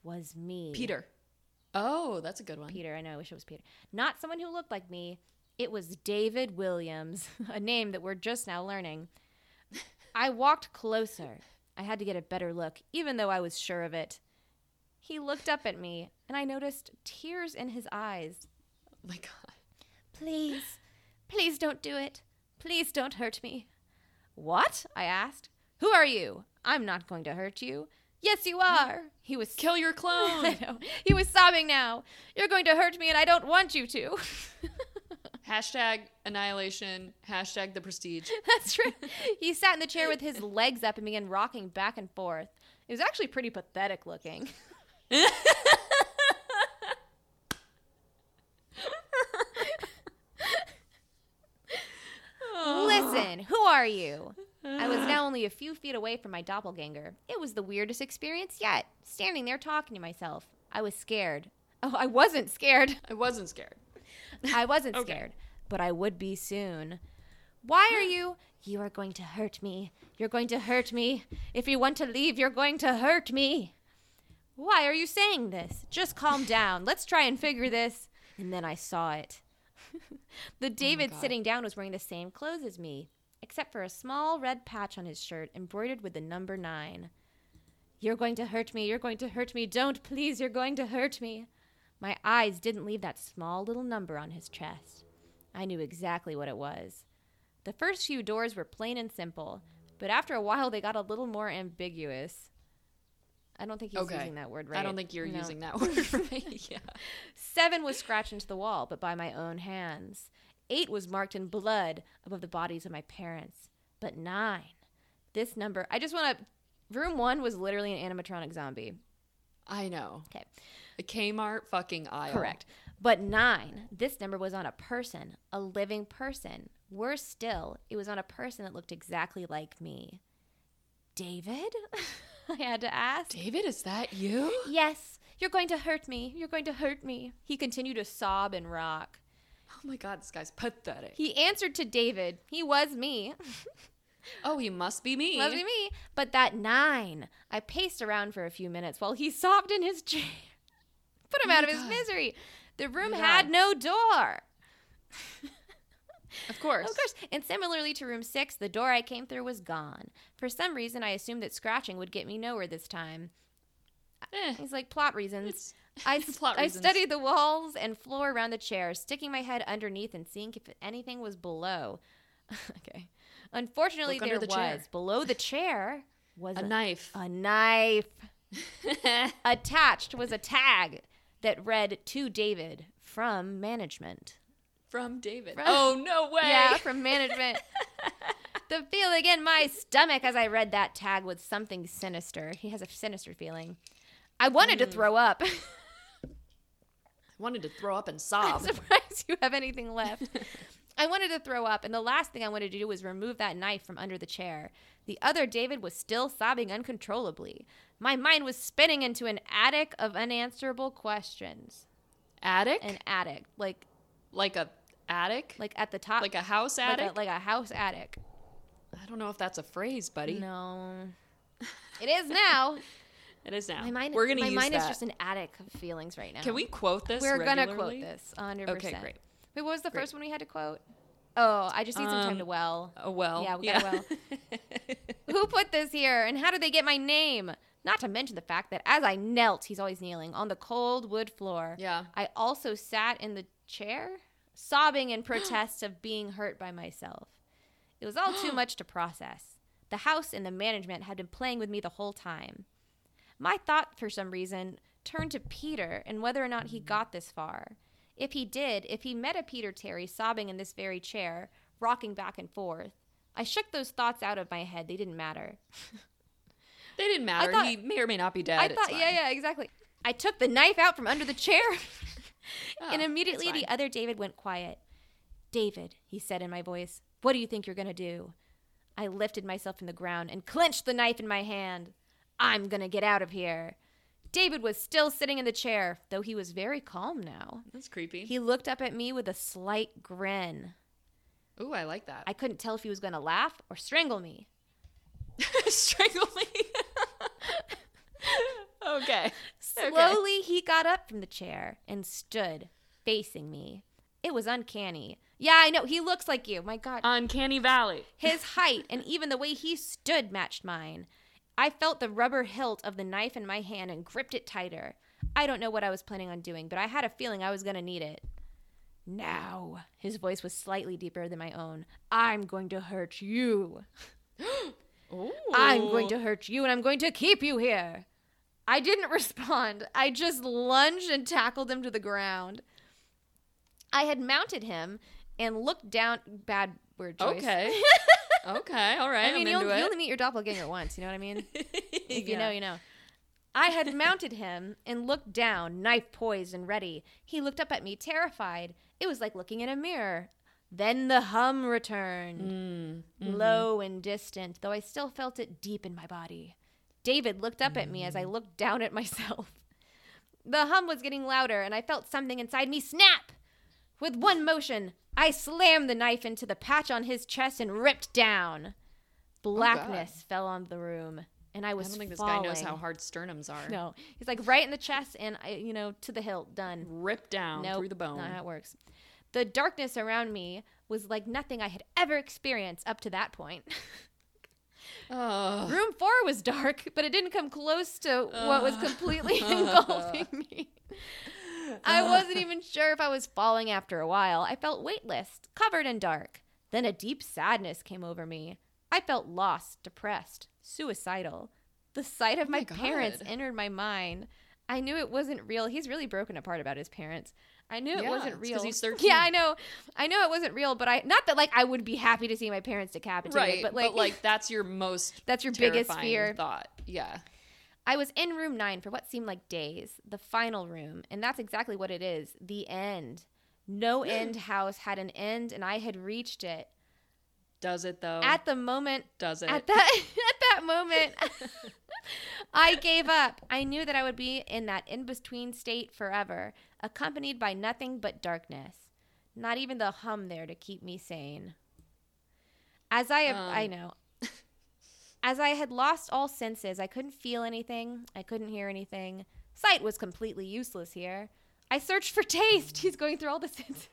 [SPEAKER 1] was me.
[SPEAKER 2] Peter. Oh, that's a good one.
[SPEAKER 1] Peter, I know, I wish it was Peter. Not someone who looked like me. It was David Williams, a name that we're just now learning. I walked closer. I had to get a better look, even though I was sure of it. He looked up at me, and I noticed tears in his eyes.
[SPEAKER 2] Oh my God.
[SPEAKER 1] Please, please don't do it. Please don't hurt me. What? I asked. Who are you? I'm not going to hurt you. Yes, you are. He was
[SPEAKER 2] Kill your clone.
[SPEAKER 1] I know. He was sobbing now. You're going to hurt me, and I don't want you to.
[SPEAKER 2] hashtag annihilation. Hashtag the prestige.
[SPEAKER 1] That's true. he sat in the chair with his legs up and began rocking back and forth. It was actually pretty pathetic looking. Listen, who are you? I was now only a few feet away from my doppelganger. It was the weirdest experience yet, standing there talking to myself. I was scared. Oh, I wasn't scared.
[SPEAKER 2] I wasn't scared.
[SPEAKER 1] I wasn't
[SPEAKER 2] Okay. Hmm.
[SPEAKER 1] scared, but I would be soon. Why are you? You are going to hurt me. You're going to hurt me. If you want to leave, you're going to hurt me. Why are you saying this? Just calm down. Let's try and figure this. And then I saw it. the David
[SPEAKER 2] Oh God.
[SPEAKER 1] sitting down was wearing the same clothes as me, except for a small red patch on his shirt embroidered with the number nine. You're going to hurt me. You're going to hurt me. Don't, please. You're going to hurt me. My eyes didn't leave that small little number on his chest. I knew exactly what it was. The first few doors were plain and simple, but after a while they got a little more ambiguous. I don't think he's
[SPEAKER 2] Okay.
[SPEAKER 1] using that word right.
[SPEAKER 2] I don't think you're
[SPEAKER 1] No.
[SPEAKER 2] using that word right. yeah.
[SPEAKER 1] Seven was scratched into the wall, but by my own hands. Eight was marked in blood above the bodies of my parents. But nine. This number, I just want to. Room one was literally an animatronic zombie.
[SPEAKER 2] I know.
[SPEAKER 1] Okay.
[SPEAKER 2] A Kmart fucking aisle.
[SPEAKER 1] Correct. But nine, this number was on a person, a living person. Worse still, it was on a person that looked exactly like me. David? I had to ask.
[SPEAKER 2] David, is that you?
[SPEAKER 1] Yes, you're going to hurt me. You're going to hurt me. He continued to sob and rock.
[SPEAKER 2] Oh my God, this guy's pathetic.
[SPEAKER 1] He answered to David. He was me.
[SPEAKER 2] oh, he must be me.
[SPEAKER 1] Must be me. But that nine, I paced around for a few minutes while he sobbed in his chair. Put him
[SPEAKER 2] Oh
[SPEAKER 1] out of
[SPEAKER 2] my
[SPEAKER 1] his
[SPEAKER 2] God.
[SPEAKER 1] misery. The room
[SPEAKER 2] my
[SPEAKER 1] had
[SPEAKER 2] God.
[SPEAKER 1] no door.
[SPEAKER 2] Of course.
[SPEAKER 1] Of course. Oh, And similarly to room six, the door I came through was gone. For some reason, I assumed that scratching would get me nowhere this time.
[SPEAKER 2] Eh,
[SPEAKER 1] He's like, plot reasons.
[SPEAKER 2] It's-
[SPEAKER 1] I,
[SPEAKER 2] plot
[SPEAKER 1] I
[SPEAKER 2] reasons.
[SPEAKER 1] studied the walls and floor around the chair, sticking my head underneath and seeing if anything was below. okay. Unfortunately,
[SPEAKER 2] Look under
[SPEAKER 1] there
[SPEAKER 2] the
[SPEAKER 1] was.
[SPEAKER 2] chair.
[SPEAKER 1] Below the chair was
[SPEAKER 2] a
[SPEAKER 1] a
[SPEAKER 2] knife.
[SPEAKER 1] a knife. Uh, Attached was a tag that read to David from management.
[SPEAKER 2] From David.
[SPEAKER 1] From-
[SPEAKER 2] oh, no way.
[SPEAKER 1] Yeah, from management. the feeling in my stomach as I read that tag was something sinister. He has a sinister feeling. I wanted to throw up.
[SPEAKER 2] I wanted to throw up and sob.
[SPEAKER 1] Surprised you have anything left. I wanted to throw up, and the last thing I wanted to do was remove that knife from under the chair. The other David was still sobbing uncontrollably. My mind was spinning into an attic of unanswerable questions.
[SPEAKER 2] attic?
[SPEAKER 1] An attic, like
[SPEAKER 2] like a attic? Like,
[SPEAKER 1] like at the top,
[SPEAKER 2] a house
[SPEAKER 1] like
[SPEAKER 2] attic?
[SPEAKER 1] a, like a house attic.
[SPEAKER 2] I don't know if that's a phrase, buddy.
[SPEAKER 1] No, it is now.
[SPEAKER 2] It is now.
[SPEAKER 1] My mind,
[SPEAKER 2] We're gonna
[SPEAKER 1] my
[SPEAKER 2] use
[SPEAKER 1] mind is
[SPEAKER 2] that.
[SPEAKER 1] just an attic of feelings right now.
[SPEAKER 2] Can we quote this?
[SPEAKER 1] We're gonna quote
[SPEAKER 2] regularly?
[SPEAKER 1] this 100.
[SPEAKER 2] Okay, great.
[SPEAKER 1] Wait, what was the
[SPEAKER 2] Great.
[SPEAKER 1] first one we had to quote? Oh, I just need some time
[SPEAKER 2] Um,
[SPEAKER 1] to well.
[SPEAKER 2] Oh well.
[SPEAKER 1] Yeah, we got a Who put this here, and how did they get my name? Not to mention the fact that as I knelt, he's always kneeling on the cold wood floor.
[SPEAKER 2] yeah.
[SPEAKER 1] I also sat in the chair, sobbing in protest of being hurt by myself. It was all too much to process. The house and the management had been playing with me the whole time. My thought, for some reason, turned to Peter and whether or not he got this far. If he did, if he met a Peter Terry sobbing in this very chair, rocking back and forth, I shook those thoughts out of my head. They didn't matter.
[SPEAKER 2] They didn't matter.
[SPEAKER 1] thought-
[SPEAKER 2] he may or may not be dead.
[SPEAKER 1] I
[SPEAKER 2] It's
[SPEAKER 1] thought, yeah,
[SPEAKER 2] fine.
[SPEAKER 1] yeah, exactly. I took the knife out from under the chair, and
[SPEAKER 2] Oh,
[SPEAKER 1] immediately
[SPEAKER 2] it's
[SPEAKER 1] the other David went quiet. David, he said in my voice, what do you think you're going to do? I lifted myself from the ground and clenched the knife in my hand. I'm going to get out of here. David was still sitting in the chair, though he was very calm now.
[SPEAKER 2] That's creepy.
[SPEAKER 1] He looked up at me with a slight grin.
[SPEAKER 2] Ooh, I like that.
[SPEAKER 1] I couldn't tell if he was going to laugh or strangle me.
[SPEAKER 2] Strangle me. okay. Okay.
[SPEAKER 1] Slowly, he got up from the chair and stood facing me. It was uncanny. Yeah, I know. He looks like you. My God.
[SPEAKER 2] Uh. Uncanny Valley.
[SPEAKER 1] His height and even the way he stood matched mine. I felt the rubber hilt of the knife in my hand and gripped it tighter. I don't know what I was planning on doing, but I had a feeling I was going to need it. Now, his voice was slightly deeper than my own. I'm going to hurt you.
[SPEAKER 2] Ooh.
[SPEAKER 1] I'm going to hurt you and I'm going to keep you here. I didn't respond. I just lunged and tackled him to the ground. I had mounted him and looked down. Bad word choice.
[SPEAKER 2] Okay. okay. All
[SPEAKER 1] I
[SPEAKER 2] right.
[SPEAKER 1] mean,
[SPEAKER 2] I'm
[SPEAKER 1] you'll,
[SPEAKER 2] into
[SPEAKER 1] you
[SPEAKER 2] it.
[SPEAKER 1] only meet your doppelganger once. You know what I mean? If you know,
[SPEAKER 2] Yeah.
[SPEAKER 1] you know. I had mounted him and looked down, knife poised and ready. He looked up at me, terrified. It was like looking in a mirror. Then the hum returned, low and distant, though I still felt it deep in my body. David looked up at me as I looked down at myself. The hum was getting louder, and I felt something inside me snap. With one motion, I slammed the knife into the patch on his chest and ripped down. Blackness fell on the room, and I
[SPEAKER 2] I
[SPEAKER 1] was
[SPEAKER 2] don't think this
[SPEAKER 1] falling.
[SPEAKER 2] guy knows how hard sternums are.
[SPEAKER 1] No, he's like right in the chest, and I, you know, to the hilt. Done.
[SPEAKER 2] Ripped down
[SPEAKER 1] No,
[SPEAKER 2] through the bone.
[SPEAKER 1] Not how it works. The darkness around me was like nothing I had ever experienced up to that point.
[SPEAKER 2] Ugh.
[SPEAKER 1] Room four was dark, but it didn't come close to what was completely engulfing me. I wasn't even sure if I was falling after a while. I felt weightless, covered in dark. Then a deep sadness came over me. I felt lost, depressed, suicidal. The sight of
[SPEAKER 2] Oh my
[SPEAKER 1] my, parents
[SPEAKER 2] God.
[SPEAKER 1] entered my mind. I knew it wasn't real. He's really broken apart about his parents. I knew it
[SPEAKER 2] Yeah,
[SPEAKER 1] wasn't
[SPEAKER 2] it's
[SPEAKER 1] real.
[SPEAKER 2] 'cause he's 13.
[SPEAKER 1] Yeah, I know. I know it wasn't real, but I not that like I would be happy to see my parents decapitated,
[SPEAKER 2] Right.
[SPEAKER 1] but like,
[SPEAKER 2] that's your most
[SPEAKER 1] that's your biggest
[SPEAKER 2] terrifying
[SPEAKER 1] fear.
[SPEAKER 2] thought. Yeah.
[SPEAKER 1] I was in room nine for what seemed like days, the final room, and that's exactly what it is the end. No end house had an end, and I had reached it.
[SPEAKER 2] Does it though?
[SPEAKER 1] At the moment,
[SPEAKER 2] Does it?
[SPEAKER 1] at that at that moment I gave up. I knew that I would be in that in-between state forever, accompanied by nothing but darkness. Not even the hum there to keep me sane. As I
[SPEAKER 2] Um.
[SPEAKER 1] I know. As I had lost all senses, I couldn't feel anything. I couldn't hear anything. Sight was completely useless here. I searched for taste. He's going through all the senses.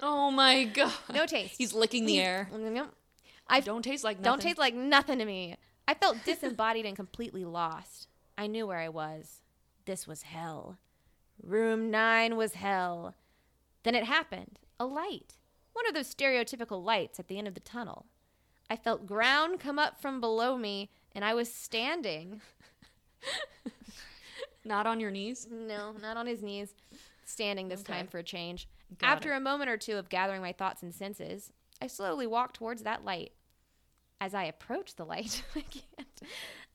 [SPEAKER 2] oh my god.
[SPEAKER 1] No taste.
[SPEAKER 2] He's licking the air.
[SPEAKER 1] I
[SPEAKER 2] Don't taste like nothing.
[SPEAKER 1] don't taste like nothing to me. I felt disembodied and completely lost. I knew where I was. This was hell. Room nine was hell. Then it happened a light. One of those stereotypical lights at the end of the tunnel. I felt ground come up from below me, and I was standing.
[SPEAKER 2] Not on your knees.
[SPEAKER 1] No, not on his knees. Standing this
[SPEAKER 2] Okay.
[SPEAKER 1] time for a change.
[SPEAKER 2] Got
[SPEAKER 1] After a moment or two of gathering my thoughts and senses, I slowly walked towards that light. As I approached the light, I can't.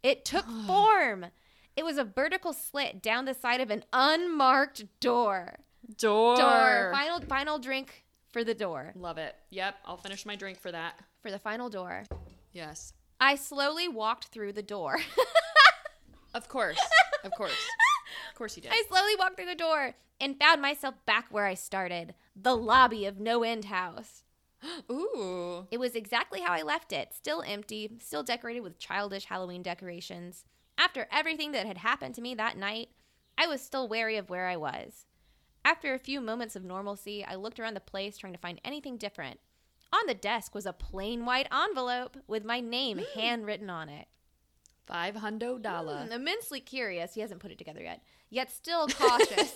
[SPEAKER 1] It took form. It was a vertical slit down the side of an unmarked door.
[SPEAKER 2] Door.
[SPEAKER 1] Door. Final final drink for the door.
[SPEAKER 2] Love it. Yep. I'll finish my drink for that.
[SPEAKER 1] For the final door.
[SPEAKER 2] Yes.
[SPEAKER 1] I slowly walked through the door.
[SPEAKER 2] Of course. Of course. Of course you did.
[SPEAKER 1] I slowly walked through the door and found myself back where I started, the lobby of No End House.
[SPEAKER 2] Ooh.
[SPEAKER 1] It was exactly how I left it, still empty, still decorated with childish Halloween decorations. After everything that had happened to me that night, I was still wary of where I was. After a few moments of normalcy, I looked around the place trying to find anything different. On the desk was a plain white envelope with my name handwritten on it.
[SPEAKER 2] Five hundo dollar.
[SPEAKER 1] Mm, immensely curious, he hasn't put it together yet, yet still cautious.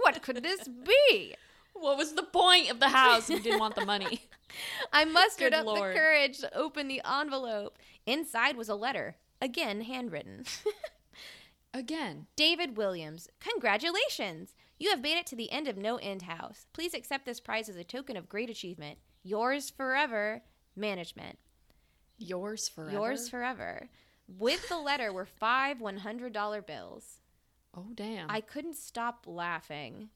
[SPEAKER 1] what could this be?
[SPEAKER 2] What was the point of the house? You didn't want the money.
[SPEAKER 1] I mustered
[SPEAKER 2] Good
[SPEAKER 1] up
[SPEAKER 2] Lord.
[SPEAKER 1] the courage to open the envelope. Inside was a letter, again handwritten.
[SPEAKER 2] Again.
[SPEAKER 1] David Williams, congratulations! You have made it to the end of No End House. Please accept this prize as a token of great achievement. Yours forever, management.
[SPEAKER 2] Yours forever.
[SPEAKER 1] Yours forever. With the letter were five $100 bills.
[SPEAKER 2] Oh damn.
[SPEAKER 1] I couldn't stop laughing.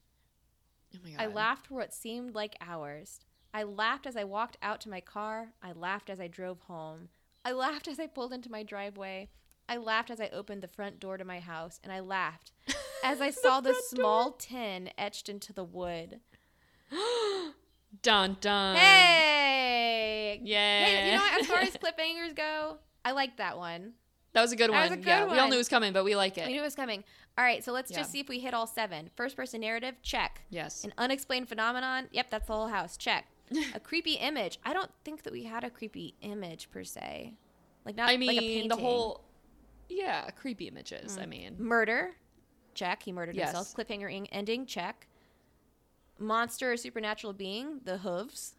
[SPEAKER 2] oh my god.
[SPEAKER 1] I laughed for what seemed like hours. I laughed as I walked out to my car. I laughed as I drove home. I laughed as I pulled into my driveway. I laughed as I opened the front door to my house, and I laughed as I saw the, small tin etched into the wood.
[SPEAKER 2] Dun dun.
[SPEAKER 1] Hey!
[SPEAKER 2] Um, Yeah.
[SPEAKER 1] Hey, you know what? As far as cliffhangers go, I like that one.
[SPEAKER 2] that was a good one.
[SPEAKER 1] That was a good
[SPEAKER 2] yeah, we all
[SPEAKER 1] one.
[SPEAKER 2] knew it was coming, but we like
[SPEAKER 1] We
[SPEAKER 2] it.
[SPEAKER 1] knew it was coming. All right, so let's
[SPEAKER 2] Yeah.
[SPEAKER 1] just see if we hit all seven. First person narrative, check.
[SPEAKER 2] Yes.
[SPEAKER 1] An unexplained phenomenon, yep, that's the whole house, check. a creepy image. I don't think that we had a creepy image per se. Like not
[SPEAKER 2] I
[SPEAKER 1] like a
[SPEAKER 2] mean,
[SPEAKER 1] painting. Hmm.
[SPEAKER 2] the whole. Yeah, creepy images. I mean,
[SPEAKER 1] murder, check. He murdered
[SPEAKER 2] Yes.
[SPEAKER 1] himself. Cliffhanger ing- ending, check. Monster or supernatural being, the hooves.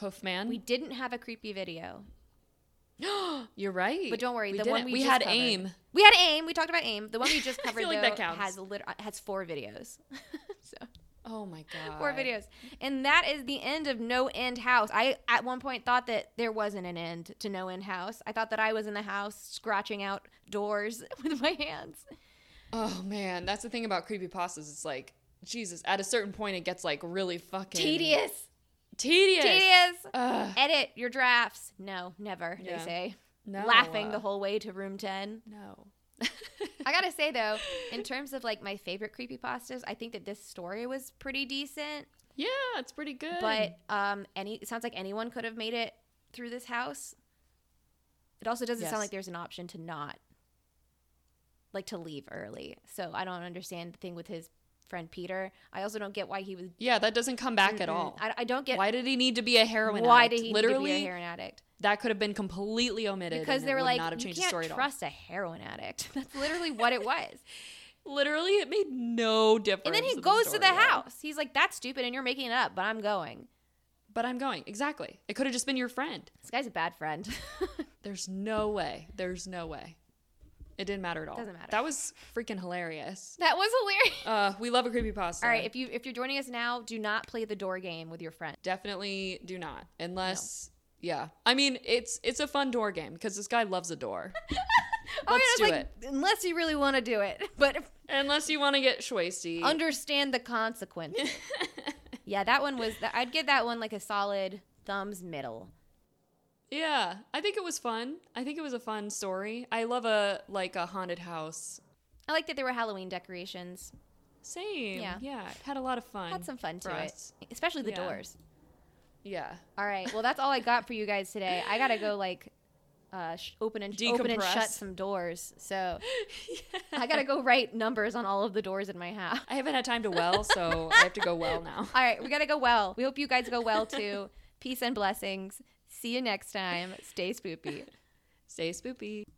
[SPEAKER 2] Hoofman.
[SPEAKER 1] We didn't have a creepy video,
[SPEAKER 2] You're right.
[SPEAKER 1] but don't worry. the one
[SPEAKER 2] didn't.
[SPEAKER 1] we,
[SPEAKER 2] we
[SPEAKER 1] just
[SPEAKER 2] had
[SPEAKER 1] covered-
[SPEAKER 2] aim.
[SPEAKER 1] We had aim. We talked about aim. The one we just
[SPEAKER 2] I
[SPEAKER 1] covered
[SPEAKER 2] feel like
[SPEAKER 1] though,
[SPEAKER 2] that counts.
[SPEAKER 1] has lit- uh, has four videos. so.
[SPEAKER 2] Oh my god.
[SPEAKER 1] four videos and that is the end of no end house i at one point thought that there wasn't an end to no end house i thought that i was in the house scratching out doors with my hands
[SPEAKER 2] Oh man, that's the thing about creepy pastas. It's like Jesus. At a certain point, it gets like really fucking
[SPEAKER 1] tedious
[SPEAKER 2] Tedious.
[SPEAKER 1] tedious
[SPEAKER 2] Ugh,
[SPEAKER 1] edit your drafts no never
[SPEAKER 2] Yeah.
[SPEAKER 1] they say
[SPEAKER 2] no,
[SPEAKER 1] laughing
[SPEAKER 2] uh,
[SPEAKER 1] the whole way to room 10
[SPEAKER 2] No.
[SPEAKER 1] i gotta say though in terms of like my favorite creepy pastas i think that this story was pretty decent
[SPEAKER 2] yeah, it's pretty good.
[SPEAKER 1] but um any it sounds like anyone could have made it through this house it also doesn't
[SPEAKER 2] Yes.
[SPEAKER 1] sound like there's an option to not like to leave early so i don't understand the thing with his friend peter i also don't get why he was
[SPEAKER 2] yeah, that doesn't come back at all.
[SPEAKER 1] i, I don't get why,
[SPEAKER 2] Why did he need to be a heroin?
[SPEAKER 1] did
[SPEAKER 2] addict?
[SPEAKER 1] he need
[SPEAKER 2] literally?
[SPEAKER 1] to be a heroin addict
[SPEAKER 2] That could have been completely omitted
[SPEAKER 1] because
[SPEAKER 2] and
[SPEAKER 1] they
[SPEAKER 2] it
[SPEAKER 1] were
[SPEAKER 2] would
[SPEAKER 1] like
[SPEAKER 2] not have
[SPEAKER 1] you
[SPEAKER 2] changed the
[SPEAKER 1] can't
[SPEAKER 2] story at all.
[SPEAKER 1] trust a heroin addict that's literally what it was
[SPEAKER 2] Literally, it made no difference.
[SPEAKER 1] and then he
[SPEAKER 2] in
[SPEAKER 1] goes to the
[SPEAKER 2] storyline.
[SPEAKER 1] house he's like that's stupid and you're making it up but i'm going
[SPEAKER 2] But I'm going exactly. It could have just been your friend.
[SPEAKER 1] this guy's a bad friend
[SPEAKER 2] There's no way. There's no way. It didn't matter at all.
[SPEAKER 1] Doesn't matter.
[SPEAKER 2] That was freaking hilarious.
[SPEAKER 1] that was hilarious
[SPEAKER 2] Uh, we love a creepy pasta.
[SPEAKER 1] All right, if you if you're joining us now, do not play the door game with your friend.
[SPEAKER 2] definitely do not unless. Yeah, I mean it's it's a fun door game because this guy loves a door.
[SPEAKER 1] Oh, yeah,
[SPEAKER 2] Let's
[SPEAKER 1] it's
[SPEAKER 2] do
[SPEAKER 1] like, Unless you really want to do it, but if-
[SPEAKER 2] Unless you want to get schwasty.
[SPEAKER 1] understand the consequences. yeah, that one was. I'd give that one like a solid thumbs middle.
[SPEAKER 2] yeah, I think it was fun. I think it was a fun story. I love a like a haunted house.
[SPEAKER 1] I like that there were Halloween decorations.
[SPEAKER 2] Same.
[SPEAKER 1] Yeah.
[SPEAKER 2] Yeah. it had a lot of fun.
[SPEAKER 1] Had some fun to
[SPEAKER 2] for
[SPEAKER 1] it,
[SPEAKER 2] us.
[SPEAKER 1] especially the
[SPEAKER 2] Yeah.
[SPEAKER 1] doors.
[SPEAKER 2] Yeah.
[SPEAKER 1] All right, well that's all I got for you guys today. I gotta go like uh, sh- open and open and shut
[SPEAKER 2] Decompress.
[SPEAKER 1] some doors. So I gotta go write numbers on all of the doors in my house.
[SPEAKER 2] I haven't had time to well, so I have to go well now.
[SPEAKER 1] All right, we got to go well. We hope you guys go well too. Peace and blessings. See you next time. Stay spoopy.
[SPEAKER 2] Stay spoopy.